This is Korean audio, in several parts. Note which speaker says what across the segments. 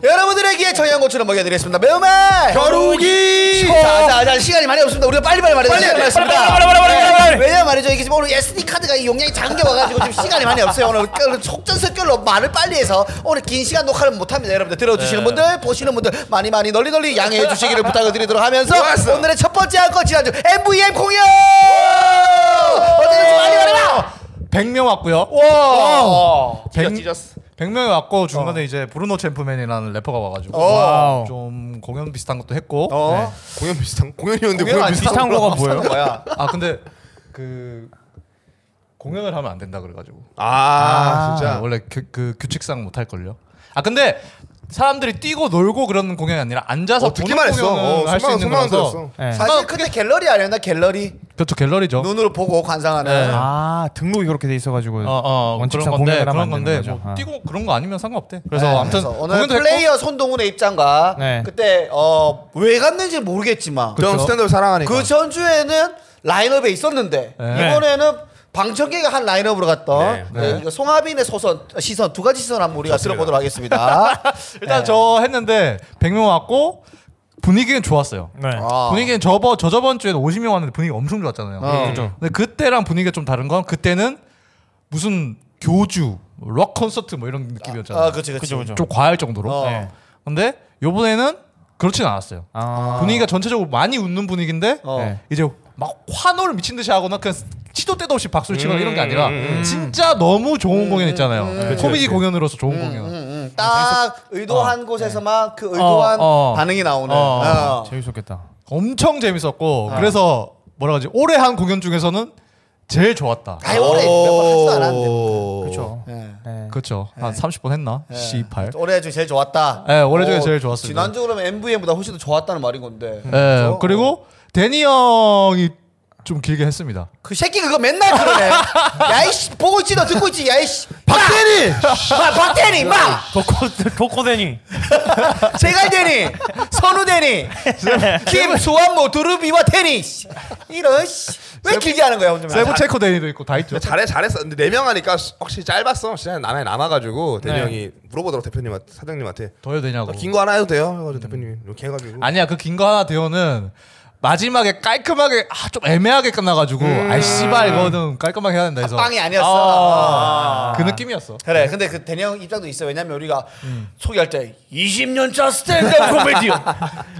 Speaker 1: 쓰레기에 처리한 것처럼 먹여드리겠습니다. 매운맛!
Speaker 2: 겨루기
Speaker 1: 자, 자, 자, 시간이 많이 없습니다. 우리가 빨리빨리 말해야
Speaker 2: 빨리,
Speaker 1: 시간이
Speaker 2: 빨리,
Speaker 1: 많습니다.
Speaker 2: 빨리, 빨리, 빨리, 빨리, 빨리, 빨리.
Speaker 1: 왜냐 말이죠. 이게 지금 오늘 SD 카드가 이 용량이 작은 게 와가지고 지금 시간이 많이 없어요. 오늘 오늘 속전속결로 말을 빨리 해서 오늘 긴 시간 녹화를 못합니다. 여러분들
Speaker 2: 네.
Speaker 1: 들어주시는 분들, 보시는 분들 많이 많이 널리 널리 양해해 주시기를 부탁드리도록 하면서
Speaker 2: 좋았어.
Speaker 1: 오늘의 첫 번째 한건 지난주 MVM 공연! 어제는 좀
Speaker 2: 네.
Speaker 1: 많이 말해라!
Speaker 3: 100명 왔고요.
Speaker 2: 와
Speaker 3: 백-
Speaker 2: 찢었 찢었어 어.
Speaker 3: 100명이 왔고 중간에 이제 브루노 챔프맨이라는 래퍼가 와가지고
Speaker 1: 어.
Speaker 3: 와우. 좀 공연 비슷한 것도 했고 네.
Speaker 1: 어.
Speaker 2: 공연 비슷한 공연이었는데
Speaker 1: 공연
Speaker 2: 공연
Speaker 1: 안
Speaker 2: 아, 비슷한
Speaker 3: 비슷한 거가 뭐예요?
Speaker 2: 뭐야
Speaker 3: 아 근데 그 공연을 하면 안 된다 그래가지고
Speaker 2: 아 진짜
Speaker 3: 네, 원래 그, 그 규칙상 못 할 걸요. 아 근데 사람들이 뛰고 놀고 그런 공연이 아니라 앉아서
Speaker 2: 어, 듣기만 했어. 어,
Speaker 3: 뭐 할수
Speaker 2: 손만-
Speaker 3: 있는
Speaker 2: 손만
Speaker 3: 거라서
Speaker 2: 들었어.
Speaker 4: 예.
Speaker 1: 사실 그때 갤러리 아니었나? 갤러리?
Speaker 3: 그렇죠 갤러리죠.
Speaker 1: 눈으로 보고 관상하는.
Speaker 3: 네.
Speaker 4: 아 등록이 그렇게 돼 있어가지고
Speaker 3: 어, 어,
Speaker 4: 원칙상
Speaker 3: 그런 건데
Speaker 4: 공연을 하면
Speaker 3: 그런
Speaker 4: 안 되는
Speaker 3: 건데
Speaker 4: 거죠.
Speaker 3: 뭐
Speaker 4: 아.
Speaker 3: 뛰고 그런 거 아니면 상관없대. 그래서
Speaker 1: 네,
Speaker 3: 아무튼
Speaker 1: 그래서 오늘
Speaker 3: 공연도
Speaker 1: 플레이어 손동훈의 입장과
Speaker 4: 네.
Speaker 1: 그때 어, 왜 갔는지 모르겠지만 그,
Speaker 2: 형 스탠드업 사랑하니까 어.
Speaker 1: 전주에는 라인업에 있었는데
Speaker 3: 그러니까. 네.
Speaker 1: 이번에는 방청객이 한 라인업으로 갔던
Speaker 3: 네. 그렇죠.
Speaker 1: 네, 이거 송하빈의 소선 시선 두 가지 시선 한번 우리가 들어보도록 하겠습니다.
Speaker 3: 네. 일단
Speaker 1: 네.
Speaker 3: 저 했는데 100명 왔고 분위기는 좋았어요.
Speaker 4: 네.
Speaker 1: 아.
Speaker 3: 분위기는 저번 저 저번 주에는 50명 왔는데 분위기 엄청 좋았잖아요.
Speaker 1: 어.
Speaker 4: 그죠.
Speaker 3: 근데 그때랑 분위기가 좀 다른 건 그때는 무슨 교주 록 콘서트 뭐 이런 느낌이었잖아요.
Speaker 1: 아, 그렇지, 그렇지.
Speaker 4: 그죠 그죠.
Speaker 3: 좀 과할 정도로.
Speaker 1: 어.
Speaker 4: 네.
Speaker 3: 근데 요번에는 그렇진 않았어요.
Speaker 4: 아.
Speaker 3: 분위기가 전체적으로 많이 웃는 분위기인데
Speaker 1: 어.
Speaker 4: 네.
Speaker 3: 이제 막 환호를 미친 듯이 하거나 그냥 시도 때도 없이 박수를 치거나 이런 게 아니라 진짜 너무 좋은 공연 있잖아요. 코미디 공연으로서 좋은 공연.
Speaker 1: 음, 음. 딱 의도한 곳에서만 그 의도한
Speaker 3: 네. 어, 어.
Speaker 1: 반응이 나오는.
Speaker 3: 어.
Speaker 1: 어.
Speaker 4: 네. 아, 재밌었겠다.
Speaker 3: 엄청 재밌었고 그래서 뭐라 그러지 올해 한 공연 중에서는 제일 좋았다.
Speaker 1: 아이 올해 몇번 하지도
Speaker 3: 어.
Speaker 1: 않았는데.
Speaker 4: 그렇죠.
Speaker 1: 예.
Speaker 4: 네.
Speaker 3: 그렇죠. 한 30번 했나? 씨발.
Speaker 1: 올해 중에 제일 좋았다. 어,
Speaker 3: 예, 올해 중에 제일 좋았습니다.
Speaker 1: 지난주 그러면 MVM보다 훨씬 더 좋았다는 말인 건데.
Speaker 3: 예. 그리고 데니 형이 좀 길게 했습니다.
Speaker 1: 그 새끼 그거 맨날 그러네. 야이씨 보고 있지 너 듣고 있지 야이씨.
Speaker 2: 박대리
Speaker 1: 마 박대니 마
Speaker 4: 도코 도코데니.
Speaker 1: 제갈대니 선우대니 김수환모 두루비와 대니 씨. 이런 씨. 왜 길게 하는 거야 혼자.
Speaker 3: 세븐 체코 데니도 있고 다 있죠.
Speaker 2: 근데 잘해 잘했어. 근데 네 명 하니까 확실히 짧았어. 시간이 남아 남아가지고 대니 형이 물어보더라고 대표님한테 사장님한테 어,
Speaker 3: 더 해도 되냐고.
Speaker 2: 긴 거 하나 해도 돼요. 해가지고 대표님이 이렇게 해가지고
Speaker 3: 음. 아니야 그 긴 거 하나 대여는 마지막에 깔끔하게 아, 좀 애매하게 끝나가지고 아이 씨발 이거는 깔끔하게 해야 된다 해서
Speaker 1: 빵이 아니었어. 아.
Speaker 3: 그 느낌이었어.
Speaker 1: 그래 근데 그 대니 형 입장도 있어 왜냐면 우리가 소개할 때 20년차 스탠드업 코미디언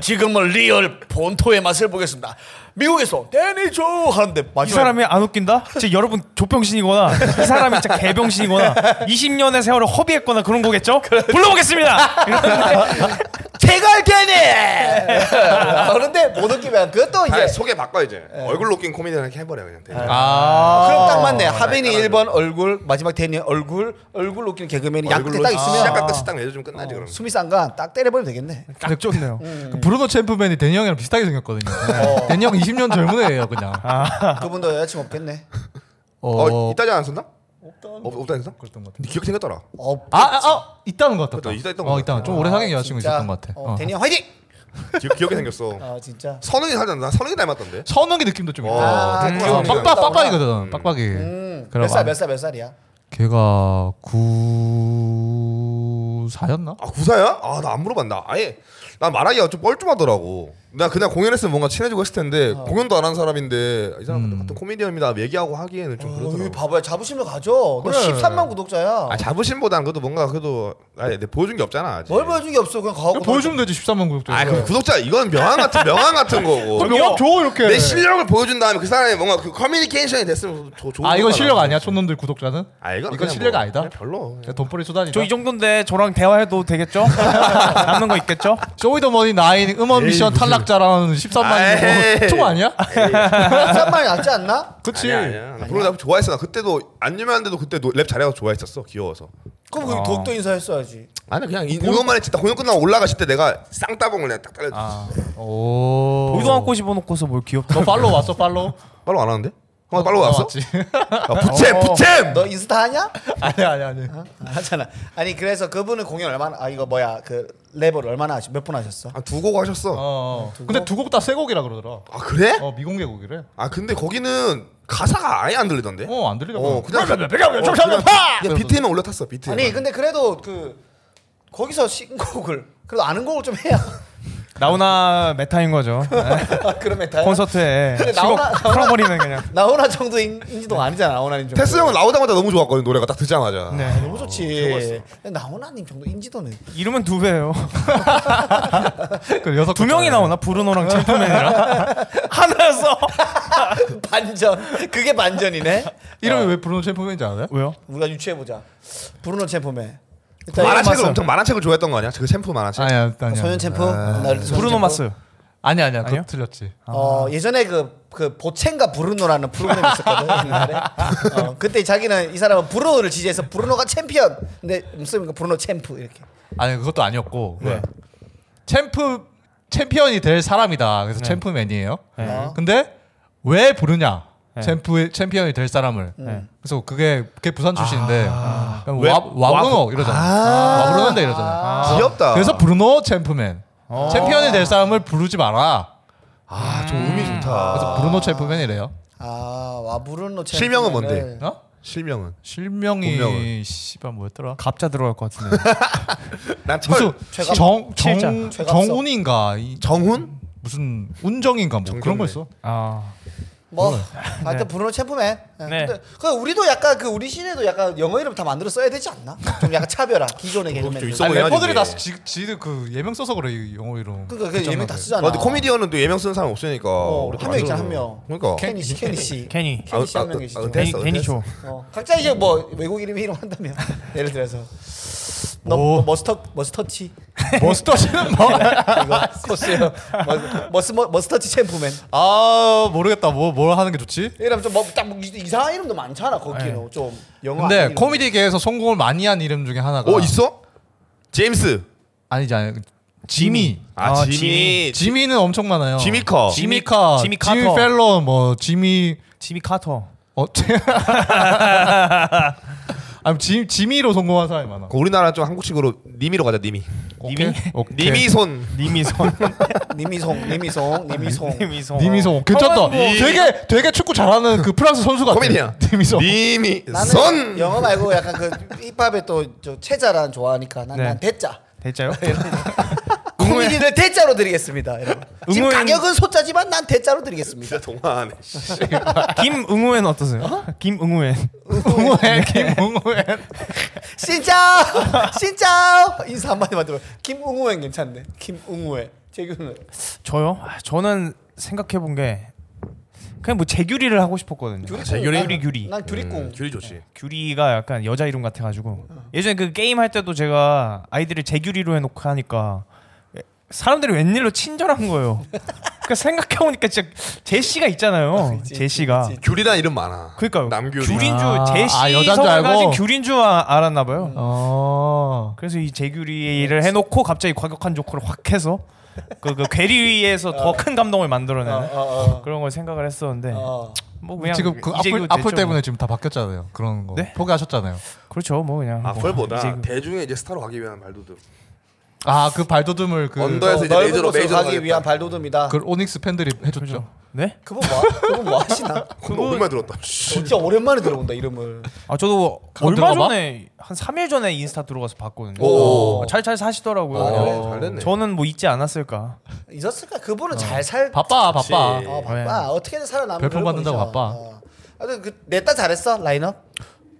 Speaker 1: 지금은 리얼 본토의 맛을 보겠습니다 미국에서 대니 조 하는데
Speaker 4: 이
Speaker 1: 마지막에
Speaker 4: 사람이 안 웃긴다? 진짜 여러분 조병신이거나 이 사람이 진짜 개병신이거나 20년의 세월을 허비했거나 그런 거겠죠? 불러보겠습니다.
Speaker 1: 제갈대니 그런데 못 웃기면 그것도
Speaker 2: 아예
Speaker 1: 이제
Speaker 2: 소개 바꿔 이제 얼굴로 낀 코미디 이렇게 해버려 그냥 대니.
Speaker 3: 아
Speaker 1: 그럼 딱 맞네. 하빈이 1번 얼굴, 마지막 대니 얼굴, 얼굴 웃기는 개그맨이 약국에 딱 있으면
Speaker 2: 아.
Speaker 1: 어, 아,
Speaker 2: 시작과 끝이 딱 내줘주면 끝나지 그럼.
Speaker 1: 숨이 싼가 딱 때려버리면 되겠네.
Speaker 4: 딱 좋네요.
Speaker 3: 그 브루노 챔프맨이 데니 형이랑 비슷하게 생겼거든요. 데니 형 20년 젊은 애예요 그냥.
Speaker 1: 그분도 여자친구 없겠네.
Speaker 2: 어,
Speaker 3: 어,
Speaker 2: 이따지 안 썼나? 없다 없다 했나?
Speaker 3: 그랬던 것 같아.
Speaker 2: 근데 기억 생겼더라.
Speaker 1: 어,
Speaker 3: 아, 아, 아 있다는 것 같다.
Speaker 2: 그것도 있다, 있던
Speaker 3: 어,
Speaker 2: 것
Speaker 3: 있다.
Speaker 2: 같아.
Speaker 3: 좀 오래 사귄 여자친구
Speaker 1: 진짜.
Speaker 3: 있었던 것 같아.
Speaker 1: 어,
Speaker 3: 어.
Speaker 1: 대니 형 화이팅!
Speaker 2: 기, 기억이 생겼어.
Speaker 1: 아 진짜. 아,
Speaker 2: 선웅이 살잖아. 선웅이 닮았던데.
Speaker 3: 선웅이 느낌도 좀 있고.
Speaker 2: 어,
Speaker 3: 어,
Speaker 2: 음. 귀여운
Speaker 3: 빡빡
Speaker 1: 느낌이다.
Speaker 3: 빡빡이거든. 빡빡이.
Speaker 1: 음,
Speaker 3: 그럼
Speaker 1: 몇살
Speaker 3: 안-
Speaker 1: 몇 살 몇 살이야?
Speaker 3: 걔가 94였나?
Speaker 2: 아 구사야? 아 나 안 물어봤나? 아예 난 말하기가 좀 뻘쭘하더라고. 나 그냥 공연했으면 뭔가 친해지고 했을 텐데
Speaker 3: 어.
Speaker 2: 공연도 안 한 사람인데 이 사람
Speaker 3: 음.
Speaker 2: 은 같은 코미디언입니다. 얘기하고 하기에는 좀
Speaker 1: 어, 이
Speaker 2: 그렇더라고.
Speaker 1: 바보야 자부심을 가져. 너
Speaker 3: 그래.
Speaker 1: 13만 구독자야.
Speaker 2: 아 자부심보단 그래도 뭔가 그래도 아 내가 보여준 게 없잖아. 아직.
Speaker 1: 뭘 보여준 게 없어. 그냥 가고.
Speaker 3: 보여주면 되지 13만 구독자.
Speaker 2: 아 그럼 구독자 이건 명함 같은 명함 같은 거고.
Speaker 3: 명함 줘 이렇게.
Speaker 2: 내 실력을 보여준 다음에 그 사람이 뭔가 그 커뮤니케이션이 됐으면 좋 좋은
Speaker 3: 아 이건
Speaker 2: 거잖아.
Speaker 3: 실력 아니야 촌놈들 구독자는?
Speaker 2: 아 이건
Speaker 3: 이건
Speaker 2: 그냥
Speaker 3: 실력
Speaker 2: 뭐,
Speaker 3: 아니다.
Speaker 2: 그냥 별로.
Speaker 3: 그냥 돈벌이 수단이다.
Speaker 4: 저 이 정도인데 저랑 대화해도 되겠죠? 남는 거 있겠죠?
Speaker 3: 어. 쇼이더머니 나인 음원 미션 탈락자라는 13만이고 어,
Speaker 2: 에이.
Speaker 3: 총 아니야?
Speaker 1: 13만이 낫지 않나?
Speaker 3: 그치.
Speaker 2: 아니야, 아니야. 나 브루노 나 좋아했어. 나 그때도 안 유명한데도 그때 노- 랩 잘해서 좋아했었어. 귀여워서.
Speaker 1: 그럼 그 독도 인사했어야지.
Speaker 2: 아니 그냥 이- 이것만 했지. 딱 공연 끝나고 올라가실 때 내가 쌍따봉을 내가 딱 깔려줬어.
Speaker 3: 아. 오.
Speaker 4: 우동한 꽃 입어놓고서 뭘 귀엽다.
Speaker 3: 너 팔로우 왔어 팔로우?
Speaker 2: 빨로 안 하는데? 형 빨로 왔어?
Speaker 3: 왔지.
Speaker 2: 아, 부챔 부챔.
Speaker 1: 너 인스타 하냐?
Speaker 3: 아니 아니 아니.
Speaker 1: 아, 하잖아. 아니 그래서 그분은 공연 얼마나 아 이거 뭐야 그 랩을 얼마나 하시 몇분 하셨어?
Speaker 2: 아두곡 하셨어.
Speaker 3: 어. 근데 두 곡 다 세 곡이라 그러더라.
Speaker 2: 아 그래?
Speaker 3: 어 미공개 곡이래.
Speaker 2: 아 근데 거기는 가사가 아예 안 들리던데?
Speaker 3: 어 안 들리나
Speaker 2: 어,
Speaker 3: 봐.
Speaker 2: 그냥 어, 그냥, 그냥 비트에만 올려 탔어. 비트.
Speaker 1: 아니 근데 그래도 그 거기서 신곡을 그래도 아는 곡을 좀 해야
Speaker 4: 나우나 메타인 거죠. 네.
Speaker 1: 아, 그러면 다
Speaker 4: 콘서트에
Speaker 1: 근데
Speaker 4: 10억
Speaker 1: 나훈아-
Speaker 4: 풀어버리는 그냥.
Speaker 1: 나훈아 정도인지도 아니잖아 나훈아님 정도.
Speaker 2: 테스 형은 나오자마자 너무 좋았거든 노래가 딱 듣자마자.
Speaker 4: 네.
Speaker 1: 아, 너무 좋지. 나훈아님 정도 인지도는
Speaker 4: 이름은 두 배예요.
Speaker 3: 그 여섯
Speaker 4: 두 명이 나오나 브루노랑 챔프맨이랑 하나였어.
Speaker 1: 반전. 그게 반전이네.
Speaker 3: 이름이 왜 브루노 챔프맨인지 아나요?
Speaker 4: 왜요?
Speaker 1: 우리가 유추해 보자. 브루노 챔프맨. 일단
Speaker 2: 만화책을
Speaker 1: 이건
Speaker 2: 엄청 만화책을 좋아했던 거 아니야? 그 챔프 만화책.
Speaker 3: 아니야 아니야.
Speaker 1: 봤어. 소년 챔프. 나 소년
Speaker 4: 브루노
Speaker 3: 뭐
Speaker 1: 챔프.
Speaker 4: 마스.
Speaker 3: 어. 아니야 아니야
Speaker 4: 아니요?
Speaker 3: 그거 틀렸지.
Speaker 1: 어 예전에 그 그 보첸과 브루노라는 프로그램이 있었거든 옛날에. 어, 그때 자기는 이 사람은 브루노를 지지해서 브루노가 챔피언. 근데 무슨 브루노 챔프 이렇게.
Speaker 3: 아니 그것도 아니었고 챔프 챔피언이 될 사람이다. 그래서 챔프맨이에요.
Speaker 1: 어?
Speaker 4: 네.
Speaker 3: 근데 왜 부르냐?
Speaker 4: 네.
Speaker 3: 챔프 챔피언이 될 사람을. 그래서 그게 그게 부산 출신인데 그냥 네.
Speaker 2: 왜?
Speaker 3: 아. 와 와브노 이러잖아. 와브르는데 이러잖아.
Speaker 2: 귀엽다.
Speaker 3: 그래서 브루노 챔프맨. 챔피언이 될 사람을 부르지 마라.
Speaker 2: 아, 좀 음이 좋다.
Speaker 3: 그래서 브루노 챔프맨이래요.
Speaker 1: 아와 브루노 챔프.
Speaker 2: 실명은 뭔데?
Speaker 3: 어?
Speaker 2: 실명은. 본명은?
Speaker 3: 실명이 씨발 뭐였더라?
Speaker 4: 갑자 들어갈 것 같은데.
Speaker 2: 난 철.
Speaker 3: 무슨
Speaker 1: 최갑-
Speaker 4: 최자.
Speaker 3: 정정
Speaker 1: 최갑석.
Speaker 3: 정운인가 이-
Speaker 2: 정훈?
Speaker 3: 무슨 운정인가 뭐 그런 거
Speaker 2: 정경래.
Speaker 3: 있어.
Speaker 4: 아.
Speaker 1: 뭐 하여튼 브루노 챔프맨. 네.
Speaker 4: 네.
Speaker 1: 근데 그 우리도 약간 그 우리 시대도 약간 영어 이름 다 만들어 써야 되지 않나? 좀 약간 차별화. 기존의 개그맨들.
Speaker 2: 있어.
Speaker 3: 아니,
Speaker 2: 해야지,
Speaker 3: 래퍼들이
Speaker 2: 그게.
Speaker 3: 다 지, 지들 그 예명 써서 그래 이 영어 이름.
Speaker 1: 그러니까 그 예명 다 쓰잖아.
Speaker 2: 아, 근데 코미디언은 또 예명 쓰는 사람 없으니까.
Speaker 1: 어,
Speaker 2: 우리
Speaker 1: 한
Speaker 2: 다
Speaker 1: 명 있잖아,
Speaker 2: 알잖아.
Speaker 1: 한 명.
Speaker 2: 그러니까.
Speaker 1: 케니 씨, 케니 씨.
Speaker 4: 케니.
Speaker 1: 케니 씨
Speaker 2: 아,
Speaker 1: 한 명
Speaker 2: 아,
Speaker 1: 계시죠.
Speaker 2: 아,
Speaker 4: 괜히,
Speaker 2: 됐어,
Speaker 4: 괜히
Speaker 2: 됐어.
Speaker 4: 줘.
Speaker 1: 어, 각자 이제 뭐 외국 이름 이름 한다며. 예를 들어서 너
Speaker 3: 오.
Speaker 1: 뭐 머스터 머스터치
Speaker 3: 머스터치는 뭐?
Speaker 1: 이거 코스요. 머- 머스 머- 머스터치 챔프맨.
Speaker 3: 아 모르겠다. 뭐 뭘 하는 게 좋지?
Speaker 1: 이름 좀뭐딱 이상한 이름도 많잖아 거기는 좀 영어.
Speaker 3: 네. 근데
Speaker 1: 뭐 아닌
Speaker 3: 코미디계에서 성공을 많이 한 이름 중에 하나가
Speaker 2: 어, 있어? 제임스.
Speaker 3: 아니지 아니 지미.
Speaker 2: 아,
Speaker 4: 아,
Speaker 2: 지미.
Speaker 3: 지미는 엄청 많아요.
Speaker 2: 지미커.
Speaker 3: 지미카,
Speaker 4: 지미
Speaker 3: 지미
Speaker 4: 카터.
Speaker 3: 펠런, 뭐 지미
Speaker 4: 지미 카터.
Speaker 3: 어, 아니 지, 지미로 성공한 사람이 많아.
Speaker 2: 그 우리나라 좀 한국식으로 니미로 가자, 니미.
Speaker 3: 오케이?
Speaker 4: 니미?
Speaker 3: 오케이.
Speaker 2: 니미손.
Speaker 4: 니미손.
Speaker 1: 이름. 니미송, 니미송, 니미송.
Speaker 4: 니미손.
Speaker 3: 니미소
Speaker 4: 어,
Speaker 3: 괜찮다. 되게 되게 축구 잘하는 그 프랑스 선수 같아.
Speaker 2: 코미디언.
Speaker 3: 니미소.
Speaker 1: 나는
Speaker 2: 니미손.
Speaker 1: 영어 말고 약간 그 힙합에 또저 체자라는 좋아하니까 난,
Speaker 4: 네.
Speaker 1: 난 대자.
Speaker 4: 대짜요?
Speaker 1: 코미디를 대자로 드리겠습니다, 여러분. 지금
Speaker 4: 응원-
Speaker 1: 가격은 소자지만 난 대자로 드리겠습니다.
Speaker 2: 진짜 동화하네. 씨.
Speaker 4: 김응우엔 어떠세요? 김응우엔. 네.
Speaker 3: 응우엔 김응우엔.
Speaker 1: 신짜오! 신짜오! 인사 한마디만 들어. 김웅우엔 괜찮네. 김웅우엔. 재규는.
Speaker 4: 저요? 아, 저는 생각해 본 게 그냥 뭐 재규리를 하고 싶었거든요.
Speaker 3: 아,
Speaker 1: 난-
Speaker 4: 규리 규리.
Speaker 1: 난 규리꿍.
Speaker 2: 음, 귤이 좋지.
Speaker 4: 규리가 약간 여자 이름 같아가지고
Speaker 1: 어.
Speaker 4: 예전에 그 게임 할 때도 제가 아이들을 재규리로 해놓고 하니까 사람들이 웬일로 친절한 거예요. 그러니까 생각해 보니까 진짜 제시가 있잖아요.
Speaker 1: 있지,
Speaker 4: 제시가.
Speaker 1: 있지, 있지.
Speaker 2: 귤이란 이름 많아.
Speaker 4: 그러니까요.
Speaker 2: 남귤이.
Speaker 4: 규린 줄
Speaker 3: 아,
Speaker 4: 제시
Speaker 3: 아, 여잔 줄
Speaker 4: 성을
Speaker 3: 알고?
Speaker 4: 가진 규린 줄 아- 알았나 봐요.
Speaker 3: 어.
Speaker 4: 그래서 이 재규리를 해놓고 갑자기 과격한 조커를 확 해서 그, 그 괴리에서 더 큰 감동을 만들어내는
Speaker 1: 어, 어.
Speaker 4: 그런 걸 생각을 했었는데
Speaker 1: 어.
Speaker 4: 뭐 그냥
Speaker 3: 지금 그
Speaker 4: 이재규
Speaker 3: 악플, 악플
Speaker 4: 됐죠,
Speaker 3: 때문에
Speaker 4: 뭐.
Speaker 3: 지금 다 바뀌었잖아요. 그런 거
Speaker 4: 네?
Speaker 3: 포기하셨잖아요.
Speaker 4: 그렇죠 뭐 그냥
Speaker 2: 악플보다
Speaker 4: 뭐 이재규.
Speaker 2: 아, 대중의 이제 스타로 가기 위한 말도들.
Speaker 3: 아 그 발돋움을 그,
Speaker 2: 언더에서 이제
Speaker 1: 넓은
Speaker 2: 메이저로
Speaker 1: 곳으로
Speaker 2: 메이저로
Speaker 1: 가기
Speaker 2: 가겠다.
Speaker 1: 위한 발돋움이다.
Speaker 3: 그 오닉스 팬들이 해줬죠.
Speaker 4: 네?
Speaker 1: 그분 뭐, 그분 뭐 하시나?
Speaker 2: 그건 오랜만에 들었다. 씨.
Speaker 1: 진짜 오랜만에 들어본다, 이름을.
Speaker 4: 아 저도
Speaker 3: 그거
Speaker 4: 얼마
Speaker 3: 들어가봐?
Speaker 4: 전에 한 3일 전에 인스타 들어가서 봤거든요.
Speaker 2: 오.
Speaker 4: 아, 잘잘 사시더라고요.
Speaker 2: 아, 그래,
Speaker 4: 어.
Speaker 2: 잘 됐네.
Speaker 4: 저는 뭐 잊지 않았을까.
Speaker 1: 있었을까? 그분은 잘 살.
Speaker 3: 어. 바빠 바빠.
Speaker 2: 그치.
Speaker 1: 어, 바빠.
Speaker 4: 네.
Speaker 1: 어떻게든 살아남는
Speaker 3: 별풍
Speaker 1: 그런
Speaker 3: 받는다고
Speaker 1: 분이죠.
Speaker 3: 바빠.
Speaker 1: 어. 하여튼 그, 냈다 잘했어, 라인업?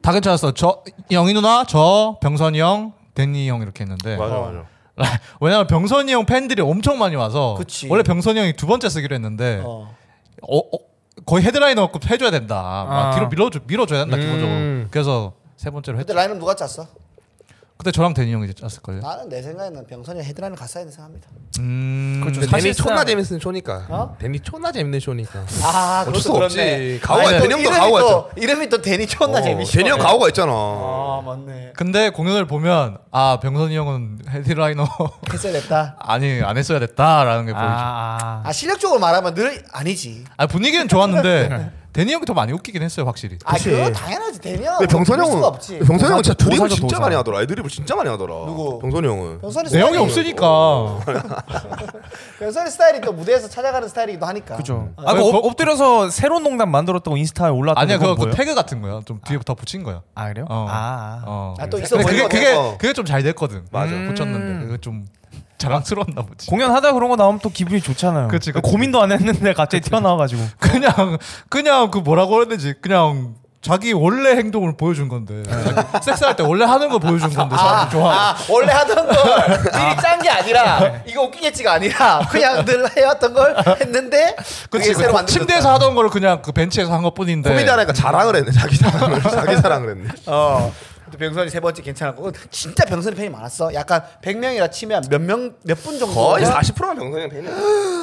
Speaker 3: 다 괜찮았어. 저 영희 누나, 저 병선이 형, 데니 형 이렇게 했는데.
Speaker 2: 맞아 맞아.
Speaker 3: 왜냐면 병선이 형 팬들이 엄청 많이 와서
Speaker 1: 그치.
Speaker 3: 원래 병선이 형이 두 번째 쓰기로 했는데
Speaker 1: 어.
Speaker 3: 어, 어, 거의 헤드라이너급 해줘야 된다. 막
Speaker 4: 아.
Speaker 3: 뒤로 밀어줘, 밀어줘야 된다
Speaker 2: 음.
Speaker 3: 기본적으로. 그래서 네. 세 번째로 했죠.
Speaker 1: 근데 라인업 누가 짰어?
Speaker 3: 그때 저랑 데니 형이 짰을 걸요.
Speaker 1: 나는 내 생각에는 병선이 헤드라인을 갔어야 된다 생각합니다.
Speaker 3: 음.
Speaker 4: 그렇죠.
Speaker 2: 근데 데니
Speaker 4: 사실상-
Speaker 2: 존나 재밌는 쇼니까.
Speaker 1: 어?
Speaker 2: 데니 존나 재밌는 쇼니까.
Speaker 1: 아,
Speaker 2: 어쩔
Speaker 1: 그것도
Speaker 2: 수가 없지.
Speaker 1: 그렇네.
Speaker 2: 가오가
Speaker 1: 아니, 또
Speaker 2: 대령도
Speaker 1: 이름이
Speaker 2: 가오가
Speaker 1: 또- 이름이 또 대니 촌나 재밌어. 네.
Speaker 2: 대니 형 가오가 있잖아.
Speaker 1: 아, 맞네.
Speaker 3: 근데 공연을 보면 아 병선이 형은 헤드라이너
Speaker 1: 했어야 됐다.
Speaker 3: 아니 안 했어야 됐다라는 게 보이죠.
Speaker 4: 아, 아.
Speaker 1: 아, 실력적으로 말하면 늘 아니지.
Speaker 3: 아 분위기는 좋았는데 데니 형이 더 많이 웃기긴 했어요 확실히.
Speaker 1: 아, 그거 당연하지. 대니 형.
Speaker 2: 근데 병선
Speaker 1: 볼
Speaker 2: 형은
Speaker 1: 수가 없지.
Speaker 2: 병선 형은 진짜
Speaker 3: 도사-
Speaker 2: 드립을
Speaker 3: 도사죠,
Speaker 2: 진짜
Speaker 3: 도사.
Speaker 2: 많이 하더라. 애드립을 진짜 많이 하더라.
Speaker 1: 누구?
Speaker 2: 병선 형은.
Speaker 1: 병선이
Speaker 3: 내용이
Speaker 1: 스타일이- 어.
Speaker 3: 없으니까.
Speaker 1: 병선이 스타일이 또 무대에서 찾아가는 스타일이기도 하니까.
Speaker 4: 그죠.
Speaker 3: 아,
Speaker 4: 아, 그
Speaker 3: 거-
Speaker 4: 엎- 엎드려서 새로운 농담 만들었다고 인스타에 올랐던
Speaker 3: 아니야
Speaker 4: 건
Speaker 3: 그거 그
Speaker 4: 뭐예요?
Speaker 3: 태그 같은 거야. 좀 뒤에 붙어 붙인 거야.
Speaker 4: 아 그래요?
Speaker 3: 어.
Speaker 4: 아. 아.
Speaker 3: 어.
Speaker 1: 아, 또 있어
Speaker 3: 근데 그게
Speaker 1: 보이거든.
Speaker 3: 그게
Speaker 2: 어.
Speaker 3: 그게 좀 잘 됐거든.
Speaker 2: 맞아.
Speaker 3: 붙였는데 그거 좀 자랑스러웠나 보지.
Speaker 4: 공연하다 그런 거 나오면 또 기분이 좋잖아요.
Speaker 3: 그치, 그치.
Speaker 4: 고민도 안 했는데 갑자기 튀어나와가지고.
Speaker 3: 그냥 그냥 그 뭐라고 해야 되지? 그냥 자기 원래 행동을 보여준 건데 자기 섹스할 때 원래 하는 거 보여준 건데 사람들 좋아.
Speaker 1: 아, 원래 하던 걸 미리 짠 게 아니라 이거 웃기겠지가 아니라 그냥 늘 해왔던 걸 했는데 그게
Speaker 3: 그치,
Speaker 1: 새로
Speaker 3: 그
Speaker 1: 만든
Speaker 3: 침대에서 하던 거를 그냥 그 벤치에서 한 것뿐인데.
Speaker 2: 코미디 하니까 자랑을 했네 자기 자랑을 자기 자랑을 했네
Speaker 1: 어. 또 병선이 세 번째 괜찮았고 진짜 병선이 팬이 많았어. 약간 100명이라 치면 몇 명 몇 분 정도. 아,
Speaker 2: 거의 40%가 병선이랑 되네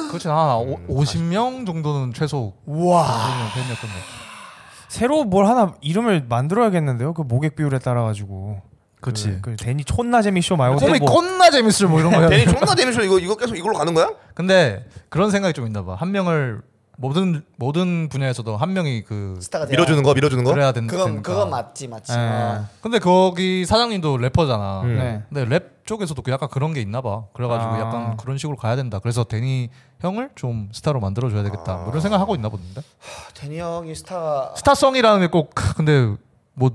Speaker 3: 그렇지 않아. 오, 50명 정도는 최소
Speaker 1: 우와.
Speaker 3: 50명 팬이었던 거.
Speaker 4: 새로 뭘 하나 이름을 만들어야겠는데요. 그 목액 비율에 따라 가지고.
Speaker 3: 그치.
Speaker 4: 그, 데니 촌나재미 쇼 말고
Speaker 3: 꿈이 겁나 재밌을 뭐 이런 거야.
Speaker 2: 대니 존나 재밌어 이거 이거 계속 이걸로 가는 거야?
Speaker 3: 근데 그런 생각이 좀 있나 봐. 한 명을 모든 모든 분야에서도 한 명이 그
Speaker 1: 스타가 돼야.
Speaker 2: 밀어주는 거 밀어주는 거?
Speaker 3: 그래야 된다.
Speaker 1: 그건 그건 맞지 맞지.
Speaker 4: 예.
Speaker 1: 어.
Speaker 3: 근데 거기 사장님도 래퍼잖아.
Speaker 4: 네.
Speaker 3: 근데 랩 쪽에서도 그 약간 그런 게 있나 봐. 그래가지고
Speaker 4: 아.
Speaker 3: 약간 그런 식으로 가야 된다. 그래서 데니 형을 좀 스타로 만들어줘야 되겠다.
Speaker 1: 아.
Speaker 3: 뭐 이런 생각 하고 있나 보는데.
Speaker 1: 데니 형이 스타.
Speaker 3: 스타성이라는 게 꼭 근데 뭐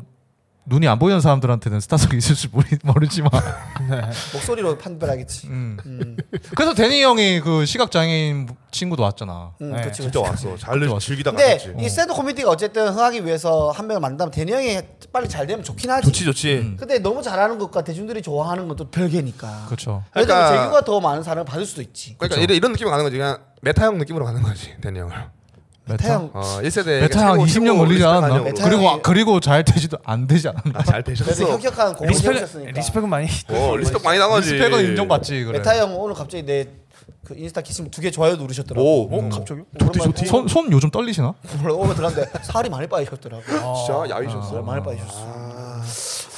Speaker 3: 눈이 안 보이는 사람들한테는 스타성이 있을지 모르, 모르지만.
Speaker 1: 목소리로 판별하겠지.
Speaker 3: 음.
Speaker 1: 음.
Speaker 3: 그래서 데니 형이 그 시각장애인 친구도 왔잖아.
Speaker 1: 음,
Speaker 4: 네,
Speaker 1: 그치,
Speaker 2: 진짜
Speaker 1: 그치.
Speaker 2: 왔어 잘 즐기다
Speaker 1: 근데
Speaker 2: 갔지
Speaker 1: 이 샌드 코미디가 어쨌든 흥하기 위해서 한 명을 만나면 데니 형이 빨리 잘 되면 좋긴 하지.
Speaker 2: 좋지 좋지
Speaker 1: 근데 너무 잘하는 것과 대중들이 좋아하는 것도 별개니까.
Speaker 3: 음. 그렇죠.
Speaker 1: 예를 들면
Speaker 2: 그러니까-
Speaker 1: 재규가 더 많은 사랑을 받을 수도 있지.
Speaker 2: 그러니까 이런, 이런 느낌으로 가는 거지 그냥 메타형 느낌으로 가는 거지 대니 형을
Speaker 1: 태양
Speaker 2: 어 1세대
Speaker 3: 메타 한 20년 걸리지 않았나?
Speaker 1: 메타
Speaker 3: 그리고
Speaker 1: 형이-
Speaker 3: 그리고 잘 되지도 안 되지 않았나?
Speaker 2: 아잘
Speaker 1: 그래서
Speaker 2: 되셨어
Speaker 1: 혁혁한 공을
Speaker 4: 리스펙,
Speaker 1: 세우셨으니까.
Speaker 4: 리스펙은 많이.
Speaker 2: 어 리스펙 많이 나가지
Speaker 3: 리스펙은 인정받지 그래.
Speaker 1: 메타 형 오늘 갑자기 내 그 인스타 키스면 두개 좋아요 누르셨더라고.
Speaker 2: 오,
Speaker 1: 어,
Speaker 2: 음.
Speaker 1: 갑자기?
Speaker 2: 좋디, 좋디.
Speaker 3: 손, 손 요즘 떨리시나?
Speaker 1: 오늘 오늘 들어갔는데 살이 많이 빠지셨더라고.
Speaker 3: 아.
Speaker 2: 진짜
Speaker 1: 살
Speaker 2: 야위셨어
Speaker 1: 많이 빠지셨어. 아,